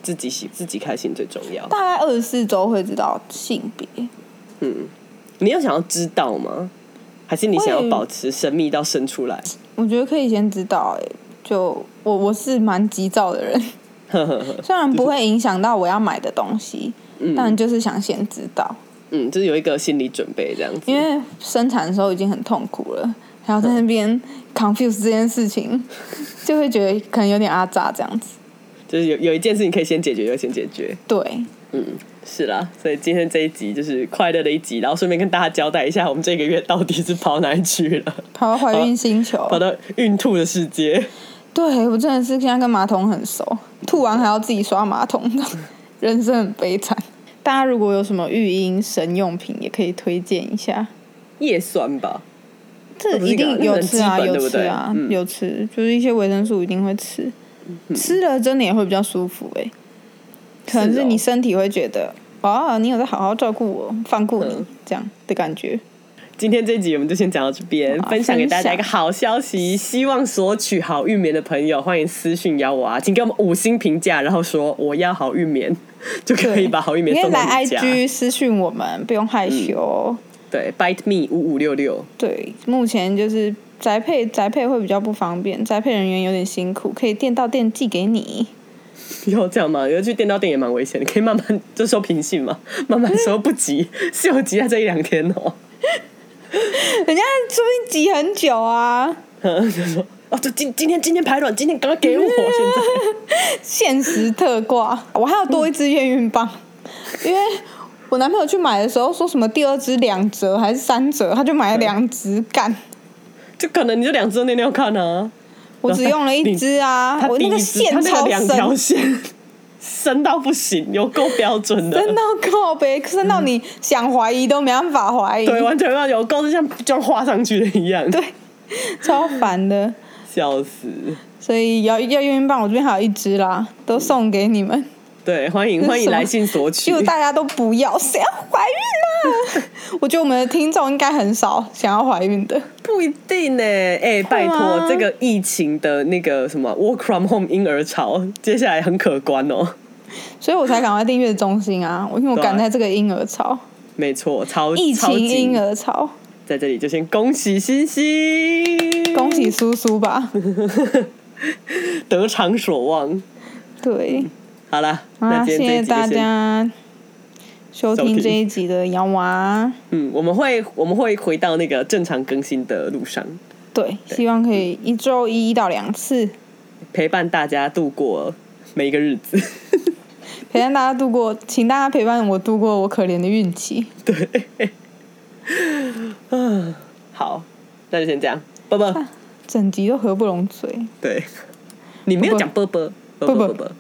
B: 自己喜自己开心最重要。
C: 大概二十四周会知道性别，
B: 你有想要知道吗？还是你想
C: 会
B: 要保持神秘到生出来？
C: 我觉得可以先知道、欸。就我我是蛮急躁的人，
B: 呵呵呵，
C: 虽然不会影响到我要买的东西，但就是想先知道，
B: 嗯，就是有一个心理准备这样子。
C: 因为生产的时候已经很痛苦了，还要在那边 confuse 这件事情，就会觉得可能有点阿杂这样子。
B: 就是有有一件事情可以先解决，就先解决。
C: 对，
B: 嗯，是啦，所以今天这一集就是快乐的一集，然后顺便跟大家交代一下，我们这个月到底是跑哪里去了，
C: 跑到怀孕星球，
B: 跑到孕吐的世界。
C: 对我真的是现在跟马桶很熟，吐完还要自己刷马桶，人生很悲惨。大家如果有什么育婴神用品，也可以推荐一下。
B: 叶酸吧，
C: 这
B: 不是
C: 一
B: 一个
C: 定有吃啊，
B: 那很基本对
C: 有吃啊，
B: 不对嗯嗯
C: 有吃，就是一些维生素一定会吃，吃了真的也会比较舒服哎、可能
B: 是
C: 是
B: 哦
C: 你身体会觉得，哦，你有在好好照顾我，放过你、
B: 嗯
C: 这样的感觉。
B: 今天这集我们就先讲到这边，
C: 好
B: 分享给大家
C: 分享
B: 一个好消息，希望索取好运棉的朋友，欢迎私讯邀我啊，请给我们五星评价，然后说我要好运棉， 就 可以把好运棉
C: 因为
B: 送到
C: 来
B: 你家。嗯
C: IG 私讯我们，不用害羞。
B: 对，bite me 五五六六，
C: 对，目前就是宅配，宅配会比较不方便，宅配人员有点辛苦，可以店到店寄给你。
B: 要这样吗？要去电到店也蛮危险的，可以慢慢就收平信嘛，慢慢收，不急，是有急在这一两天哦。
C: 人家说不定集很久啊，
B: 就说哦，就今今天今天排卵，今天赶快给 我，现在
C: 限时特挂， 我还要多一支验孕棒，因为我男朋友去买的时候说什么第二支两折还是三折，他就买了两支，干，
B: 就可能你就两只尿尿看啊。
C: 我只用了一支啊
B: 他，
C: 我
B: 第
C: 那
B: 一
C: 个
B: 只他
C: 线
B: 那个
C: 超
B: 两
C: 深，
B: 条线深到不行，有够标准的，
C: 深到靠背，深到你想怀疑都没办法怀疑，
B: 对，哦完全没有有够，就像就像画上去的一样，对，
C: 超烦的。
B: 笑死。
C: 所以要要验孕棒，我这边还有一支啦，都送给你们。
B: 对，欢迎欢迎来信索取
C: 结果。大家都不要，谁要怀 孕啊？我觉得我们的听众应该很少想要怀孕的。
B: 不一定呢、哎、拜
C: 吗
B: 托，这个疫情的那个什么 work from home 婴儿潮，接下来很可观哦。
C: 所以我才赶快订阅中心 啊！我因为我
B: 对
C: 赶在这个婴儿潮，
B: 没错，超
C: 疫
B: 超
C: 情
B: 级
C: 婴儿潮，
B: 在这里就先恭喜欣欣，
C: 恭喜叔叔吧。
B: 得偿所望。
C: 对，
B: 好了，
C: 啊，
B: 嗯那
C: 谢
B: 今
C: 谢
B: 天这一集
C: 大
B: 就先
C: 家收
B: 收
C: 听
B: 听
C: 这一集的瑶娃。
B: 嗯，我们会我们会回到那个正常更新的路上，
C: 对，希望可以一周一到两次
B: 陪伴大家度过每一个日子。
C: 陪伴大家度过，请大家陪伴我度过我可怜的孕期。
B: 对，嗯，好，那就先这样，波波。
C: 整集都合不拢嘴。
B: 对，你没有
C: 波波
B: 讲波波，波
C: 波
B: 波
C: 波
B: 波波，